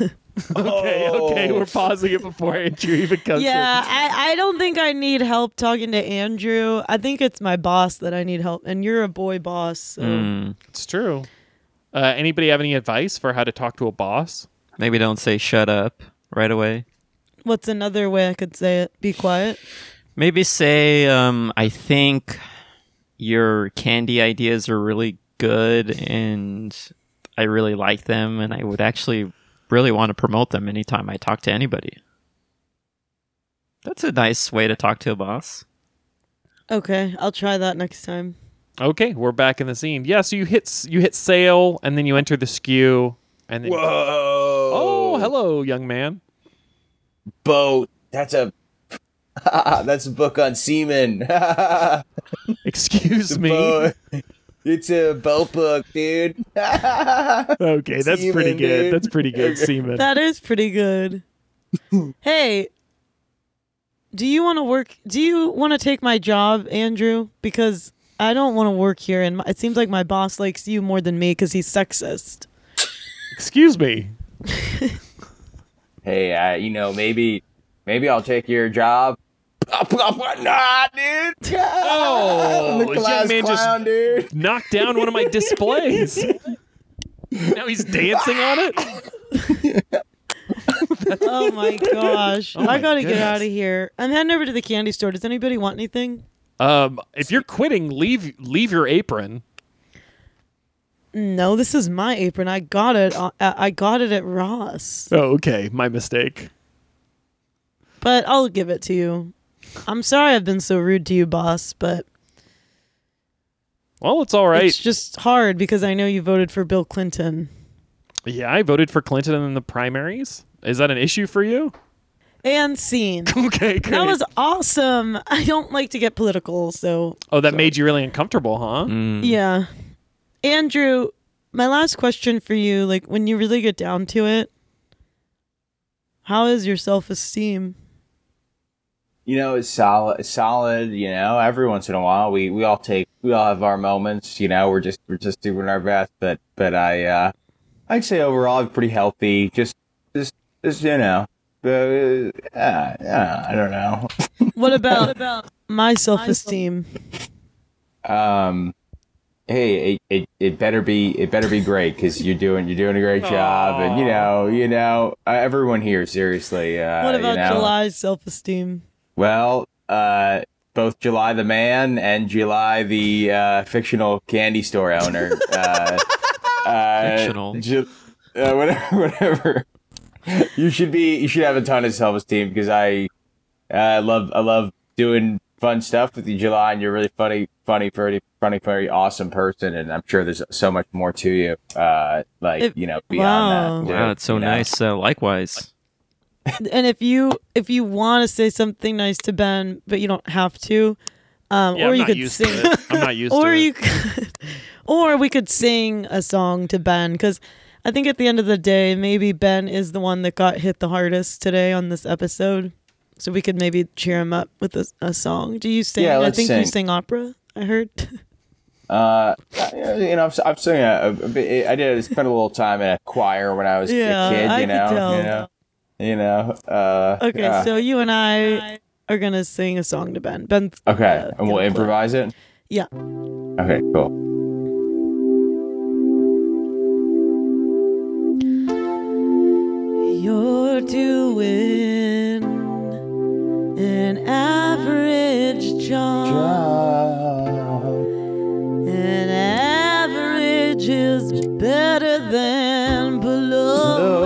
[SPEAKER 2] Okay, okay, we're pausing it before Andrew even comes
[SPEAKER 4] yeah, I, I don't think I need help talking to Andrew. I think it's my boss that I need help, and you're a boy boss. So.
[SPEAKER 2] in. It's true. Uh, anybody have any advice for how to talk to a boss?
[SPEAKER 6] Maybe don't say shut up right away.
[SPEAKER 4] What's another way I could say it? Be quiet.
[SPEAKER 6] Maybe say, um, I think your candy ideas are really good and I really like them and I would actually really want to promote them anytime I talk to anybody. That's a nice way to talk to a boss.
[SPEAKER 4] Okay, I'll try that next time.
[SPEAKER 2] Okay, we're back in the scene. Yeah, so you hit s- you hit sale and then you enter the skew and then
[SPEAKER 7] Whoa.
[SPEAKER 2] Oh, hello, young man.
[SPEAKER 7] Boat. That's a. that's a book on semen.
[SPEAKER 2] Excuse me.
[SPEAKER 7] Boat. It's a boat book, dude.
[SPEAKER 2] Okay, that's pretty good.
[SPEAKER 7] Seaman, dude.
[SPEAKER 2] That's pretty good, seaman.
[SPEAKER 4] That is pretty good. hey, do you want to work? Do you want to take my job, Andrew? Because I don't want to work here, and my, it seems like my boss likes you more than me because he's sexist.
[SPEAKER 2] Excuse me.
[SPEAKER 9] Hey, uh, you know, maybe, maybe I'll take your job.
[SPEAKER 7] nah, dude.
[SPEAKER 2] Oh,
[SPEAKER 7] the
[SPEAKER 2] this
[SPEAKER 7] class
[SPEAKER 2] young man
[SPEAKER 7] clown,
[SPEAKER 2] just
[SPEAKER 7] dude.
[SPEAKER 2] knocked down one of my displays. now he's dancing on it.
[SPEAKER 4] Oh my gosh!
[SPEAKER 2] my
[SPEAKER 4] I gotta
[SPEAKER 2] goodness.
[SPEAKER 4] get out of here. I'm heading over to the candy store. Does anybody want anything?
[SPEAKER 2] Um, if you're quitting, leave leave your apron.
[SPEAKER 4] No, this is my apron. I got it. o- I I got it at Ross,
[SPEAKER 2] Oh, okay, my mistake.
[SPEAKER 4] but I'll give it to you. I'm sorry I've been so rude to you, boss, but
[SPEAKER 2] Well, it's all right.
[SPEAKER 4] it's just hard because I know you voted for Bill Clinton.
[SPEAKER 2] yeah, I voted for Clinton in the primaries. Is that an issue for you?
[SPEAKER 4] And scene.
[SPEAKER 2] Okay, great.
[SPEAKER 4] That was awesome. I don't like to get political, so
[SPEAKER 2] oh, that made you really uncomfortable, huh?
[SPEAKER 4] yeah. Andrew, my last question for you, like when you really get down to it, how is your self-esteem?
[SPEAKER 7] You know, it's solid. It's solid. You know, every once in a while, we we all take we all have our moments. You know, we're just we're just doing our best. But but I uh, I'd say overall, I'm pretty healthy. Just just just you know. Uh, uh, uh, I don't know.
[SPEAKER 4] What about, my self-esteem?
[SPEAKER 7] um hey it, it, it better be it better be great because you're doing you're doing a great job and you know you know uh, everyone here seriously uh
[SPEAKER 4] what about
[SPEAKER 7] you know,
[SPEAKER 4] July's self-esteem?
[SPEAKER 7] well uh both July the man and July the uh, fictional candy store owner. Uh, uh,
[SPEAKER 6] Fictional.
[SPEAKER 7] Ju- uh, whatever, whatever. You should be. You should have a ton of self esteem because I, uh, love. I love doing fun stuff with you, July, and you're a really funny, funny, very, funny, very awesome person. And I'm sure there's so much more to you. Uh, like
[SPEAKER 4] It-
[SPEAKER 7] you know, beyond
[SPEAKER 4] wow.
[SPEAKER 7] that.
[SPEAKER 6] Wow, it's so
[SPEAKER 7] You know?
[SPEAKER 6] nice. Uh, likewise.
[SPEAKER 4] and if you if you want to say something nice to Ben, but you don't have to, um,
[SPEAKER 2] Yeah,
[SPEAKER 4] or
[SPEAKER 2] I'm
[SPEAKER 4] you
[SPEAKER 2] not
[SPEAKER 4] could
[SPEAKER 2] used
[SPEAKER 4] sing,
[SPEAKER 2] to it. I'm not used to
[SPEAKER 4] or
[SPEAKER 2] it.
[SPEAKER 4] you could, or we could sing a song to Ben because I think at the end of the day, maybe Ben is the one that got hit the hardest today on this episode, so we could maybe cheer him up with a, a song. Do you sing?
[SPEAKER 7] Yeah,
[SPEAKER 4] I
[SPEAKER 7] let's
[SPEAKER 4] think you
[SPEAKER 7] sing.
[SPEAKER 4] sing opera. I heard.
[SPEAKER 7] Uh, you know, I've, I've sung a, a bit, I did spend a little time in a choir when I was
[SPEAKER 4] Yeah,
[SPEAKER 7] a kid. You
[SPEAKER 4] I could
[SPEAKER 7] know,
[SPEAKER 4] tell.
[SPEAKER 7] you know, you know. Uh,
[SPEAKER 4] okay,
[SPEAKER 7] yeah.
[SPEAKER 4] so you and I are gonna sing a song to Ben. Ben. uh,
[SPEAKER 7] okay, and we'll improvise it.
[SPEAKER 4] Yeah.
[SPEAKER 7] Okay, cool.
[SPEAKER 4] You're doing an average job. An average is better than below,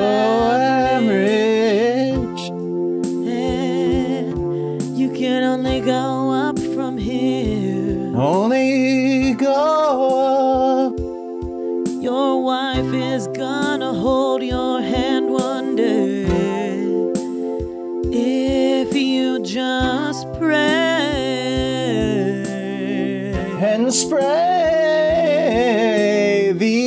[SPEAKER 4] And you can only go up from here.
[SPEAKER 7] Only go up.
[SPEAKER 4] Your wife is gonna hold your hand one day.
[SPEAKER 8] and spray the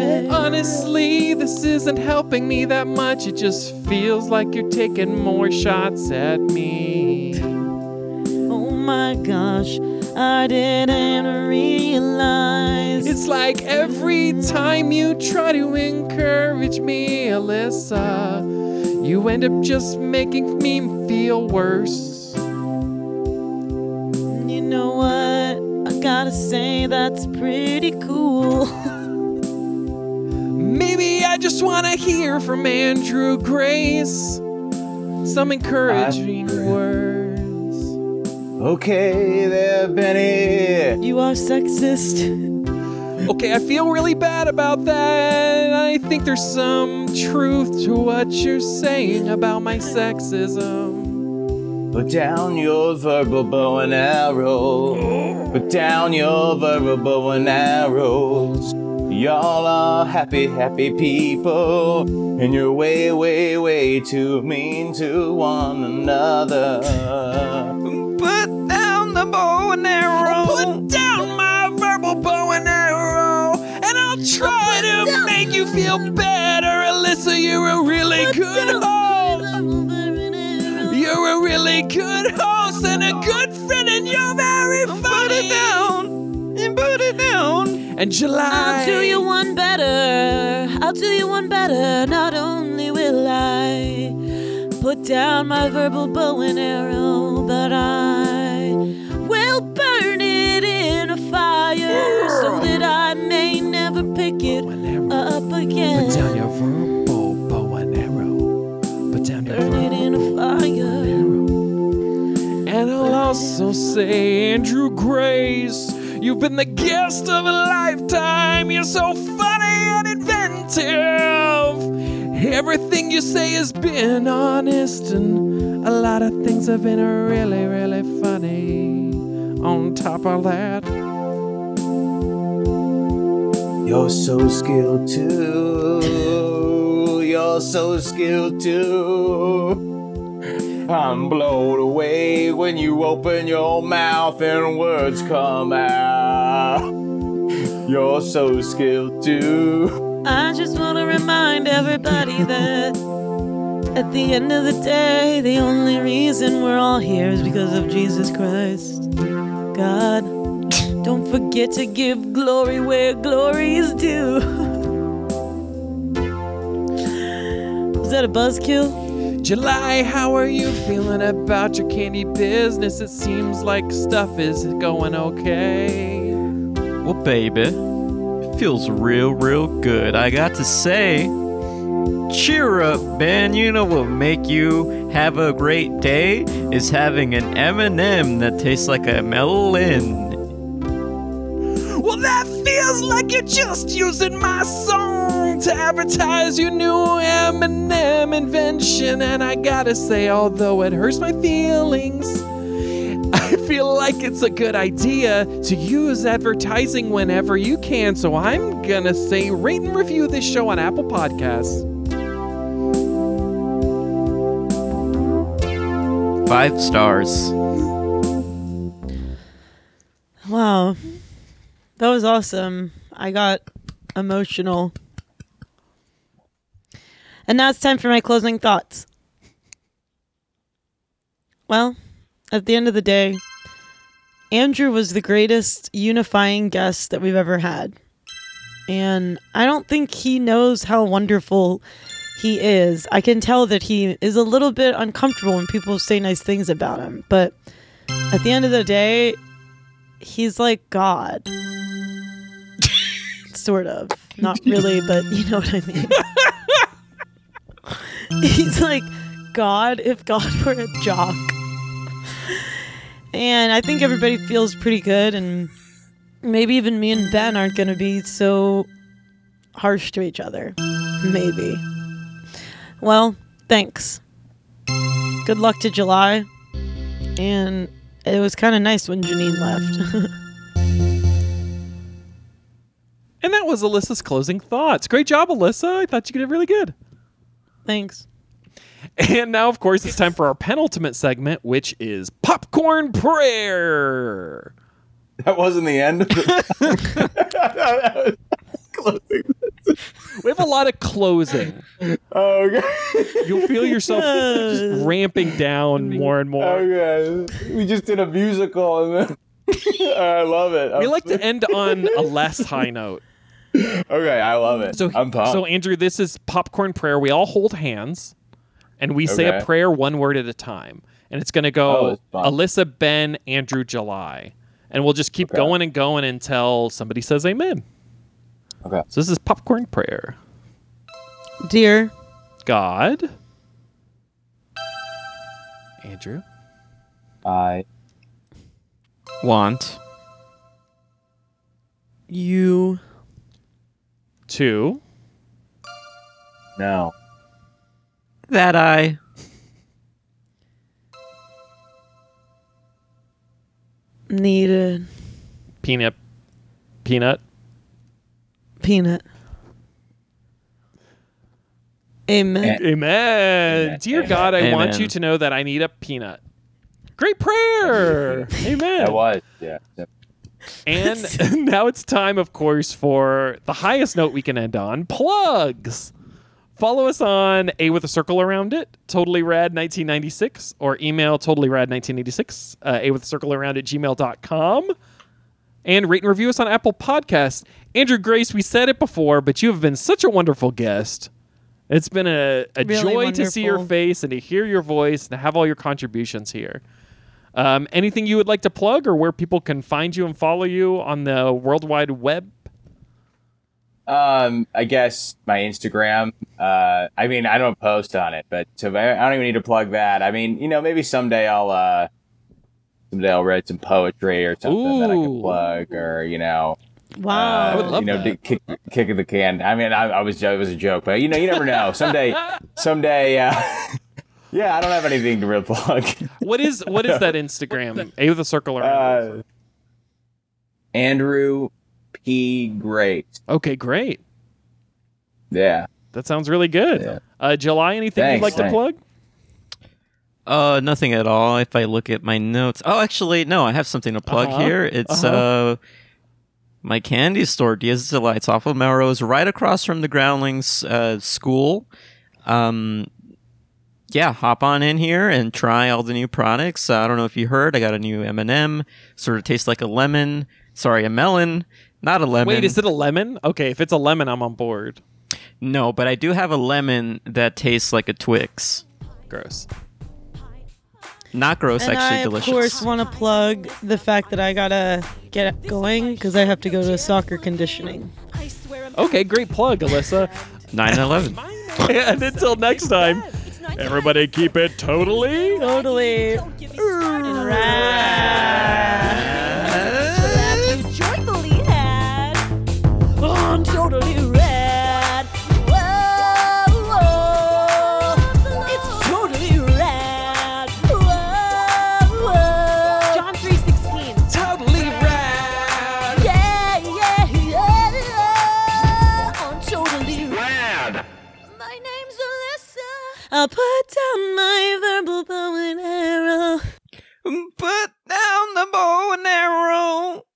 [SPEAKER 2] Honestly, this isn't helping me that much. It just feels like you're taking more shots at me.
[SPEAKER 4] Oh my gosh, I didn't realize.
[SPEAKER 2] It's like every time you try to encourage me, Alyssa, you end up just making me feel worse.
[SPEAKER 4] you know what? I gotta say that's pretty cool.
[SPEAKER 2] Maybe I just want to hear from Andrew Grace some encouraging words.
[SPEAKER 8] Okay there, Benny.
[SPEAKER 4] you are sexist.
[SPEAKER 2] Okay, I feel really bad about that. I think there's some truth to what you're saying about my sexism.
[SPEAKER 8] Put down your verbal bow and arrow. Put down your verbal bow and arrows. Y'all are happy, happy people. And you're way, way, way too mean to one another.
[SPEAKER 6] Put down the bow and arrow.
[SPEAKER 2] Put down my verbal bow and arrow, and I'll try to make you feel better. Alyssa, you're a really good host. You're a really good host and a good friend, and you're very funny. Put it down. And put it down. And July.
[SPEAKER 4] I'll do you one better. I'll do you one better. Not only will I put down my verbal bow and arrow, but I will burn it in a fire so that I may never pick it
[SPEAKER 2] Oh,
[SPEAKER 4] up again.
[SPEAKER 2] Put down your verbal bow and arrow. Put down your
[SPEAKER 4] burn it
[SPEAKER 2] verbal
[SPEAKER 4] in a fire.
[SPEAKER 2] arrow. And I'll also say, Andrew Grace, you've been the guest of a lifetime. You're so funny and inventive. Everything you say has been honest, and a lot of things have been really, really funny. On top of that,
[SPEAKER 8] You're so skilled too. You're so skilled too. I'm blown away when you open your mouth and words come out. You're so skilled too.
[SPEAKER 4] I just want to remind everybody that at the end of the day, the only reason we're all here is because of Jesus Christ. God, don't forget to give glory where glory is due. Is that a buzzkill?
[SPEAKER 2] July, how are you feeling about your candy business? It seems like stuff is going okay.
[SPEAKER 6] Well, baby, it feels real, real good. I got to say, cheer up, Ben. You know what will make you have a great day is having an M&M that tastes like a melon.
[SPEAKER 2] Well, that feels like you're just using my song to advertise your new M&M invention. And I gotta say, although it hurts my feelings, I feel like it's a good idea to use advertising whenever you can. So I'm gonna say, rate and review this show on Apple Podcasts.
[SPEAKER 6] Five stars.
[SPEAKER 4] Wow. That was awesome. I got emotional. And now it's time for my closing thoughts. Well, at the end of the day, Andrew was the greatest unifying guest that we've ever had. And I don't think he knows how wonderful he is. I can tell that he is a little bit uncomfortable when people say nice things about him. But at the end of the day, he's like God. sort of. Not really, but you know what I mean. he's like God if God were a jock. And I think everybody feels pretty good, and maybe even me and Ben aren't going to be so harsh to each other. Maybe. Well, thanks. Good luck to July. And it was kind of nice when Janine left.
[SPEAKER 2] And that was Alyssa's closing thoughts. Great job, Alyssa. I thought you did really good.
[SPEAKER 4] Thanks.
[SPEAKER 2] And now, of course, it's time for our penultimate segment, which is popcorn prayer.
[SPEAKER 7] That wasn't the end. Of the-
[SPEAKER 2] We have a lot of closing.
[SPEAKER 7] oh, okay.
[SPEAKER 2] You'll feel yourself just ramping down more and
[SPEAKER 7] Oh,
[SPEAKER 2] more.
[SPEAKER 7] okay. We just did a musical, and then I love it.
[SPEAKER 2] We like to end on a less high note.
[SPEAKER 7] okay, I love it.
[SPEAKER 2] So,
[SPEAKER 7] I'm pumped.
[SPEAKER 2] so Andrew, this is popcorn prayer. We all hold hands, and we say a
[SPEAKER 7] Okay.
[SPEAKER 2] prayer one word at a time, and it's going to go
[SPEAKER 7] Oh, it's fun.
[SPEAKER 2] Alyssa, Ben, Andrew, July, and we'll just keep going and going until somebody says Amen.
[SPEAKER 7] Okay.
[SPEAKER 2] So this is popcorn prayer.
[SPEAKER 4] Dear
[SPEAKER 2] God, Andrew,
[SPEAKER 7] I
[SPEAKER 6] Want
[SPEAKER 4] you
[SPEAKER 2] two,
[SPEAKER 7] no.
[SPEAKER 6] that I
[SPEAKER 4] needed
[SPEAKER 2] peanut, peanut,
[SPEAKER 4] peanut. Amen.
[SPEAKER 2] Amen. Dear God, I want
[SPEAKER 6] Amen.
[SPEAKER 2] you to know that I need a peanut. Great prayer. Amen.
[SPEAKER 7] That was yeah.
[SPEAKER 2] And now it's time, of course, for the highest note we can end on plugs. Follow us on A with a circle around it, totally rad 1996, or email totally rad 1986, uh, A with a circle around at gmail.com. And rate and review us on Apple Podcasts. Andrew Grace, we said it before, but you have been such a wonderful guest. It's been a, a
[SPEAKER 4] Really
[SPEAKER 2] joy to see your
[SPEAKER 4] wonderful.
[SPEAKER 2] face and to hear your voice and to have all your contributions here. Um, anything you would like to plug or where people can find you and follow you on the World Wide Web?
[SPEAKER 7] Um, I guess my Instagram. Uh, I mean, I don't post on it, but so I I don't even need to plug that. I mean, you know, maybe someday I'll uh, someday I'll write some poetry or something that I
[SPEAKER 2] Ooh.
[SPEAKER 7] can plug, or you know, uh,
[SPEAKER 4] Wow.
[SPEAKER 2] uh, I would love
[SPEAKER 7] you know,
[SPEAKER 2] that.
[SPEAKER 7] to kick kick the can. I mean, I, I was it was a joke, but you know, you never know. Someday, someday, uh, yeah, I don't have anything to real plug.
[SPEAKER 2] What is what is that Instagram? A with a circle around. it.
[SPEAKER 7] Uh, Andrew P. Great,
[SPEAKER 2] okay, great.
[SPEAKER 7] yeah.
[SPEAKER 2] That sounds really good.
[SPEAKER 7] Yeah.
[SPEAKER 2] Uh, July, anything
[SPEAKER 7] Thanks,
[SPEAKER 2] you'd like to
[SPEAKER 7] thanks.
[SPEAKER 2] plug?
[SPEAKER 6] uh nothing at all. If I look at my notes, oh actually no, I have something to plug
[SPEAKER 2] Uh-huh.
[SPEAKER 6] here. It's uh my candy store, Diaz Delights, off of Melrose, right across from the Groundlings uh, school. Um, yeah, hop on in here and try all the new products. Uh, I don't know if you heard, I got a new M and m Sort of tastes like a lemon. Sorry, a melon, not a lemon.
[SPEAKER 2] Wait, is it a lemon? Okay, if it's a lemon, I'm on board.
[SPEAKER 6] No, but I do have a lemon that tastes like a Twix.
[SPEAKER 2] Gross.
[SPEAKER 6] Not gross,
[SPEAKER 4] and
[SPEAKER 6] actually
[SPEAKER 4] I,
[SPEAKER 6] delicious.
[SPEAKER 4] of course, want to plug the fact that I gotta get going because I have to go to soccer conditioning.
[SPEAKER 1] I swear I'm
[SPEAKER 2] Okay, great plug, Alyssa.
[SPEAKER 6] 911.
[SPEAKER 2] and until next time,
[SPEAKER 1] It's not
[SPEAKER 2] everybody keep it totally.
[SPEAKER 4] Totally.
[SPEAKER 1] Don't get me started on that. Laugh you joyfully had. I'm totally rad. Whoa, whoa. It's totally rad. Whoa, whoa. John 3:16. Totally rad. Yeah, yeah, yeah. I'm totally rad. My name's Alyssa.
[SPEAKER 4] I'll put down my verbal bow and arrow.
[SPEAKER 6] Put down the bow and arrow.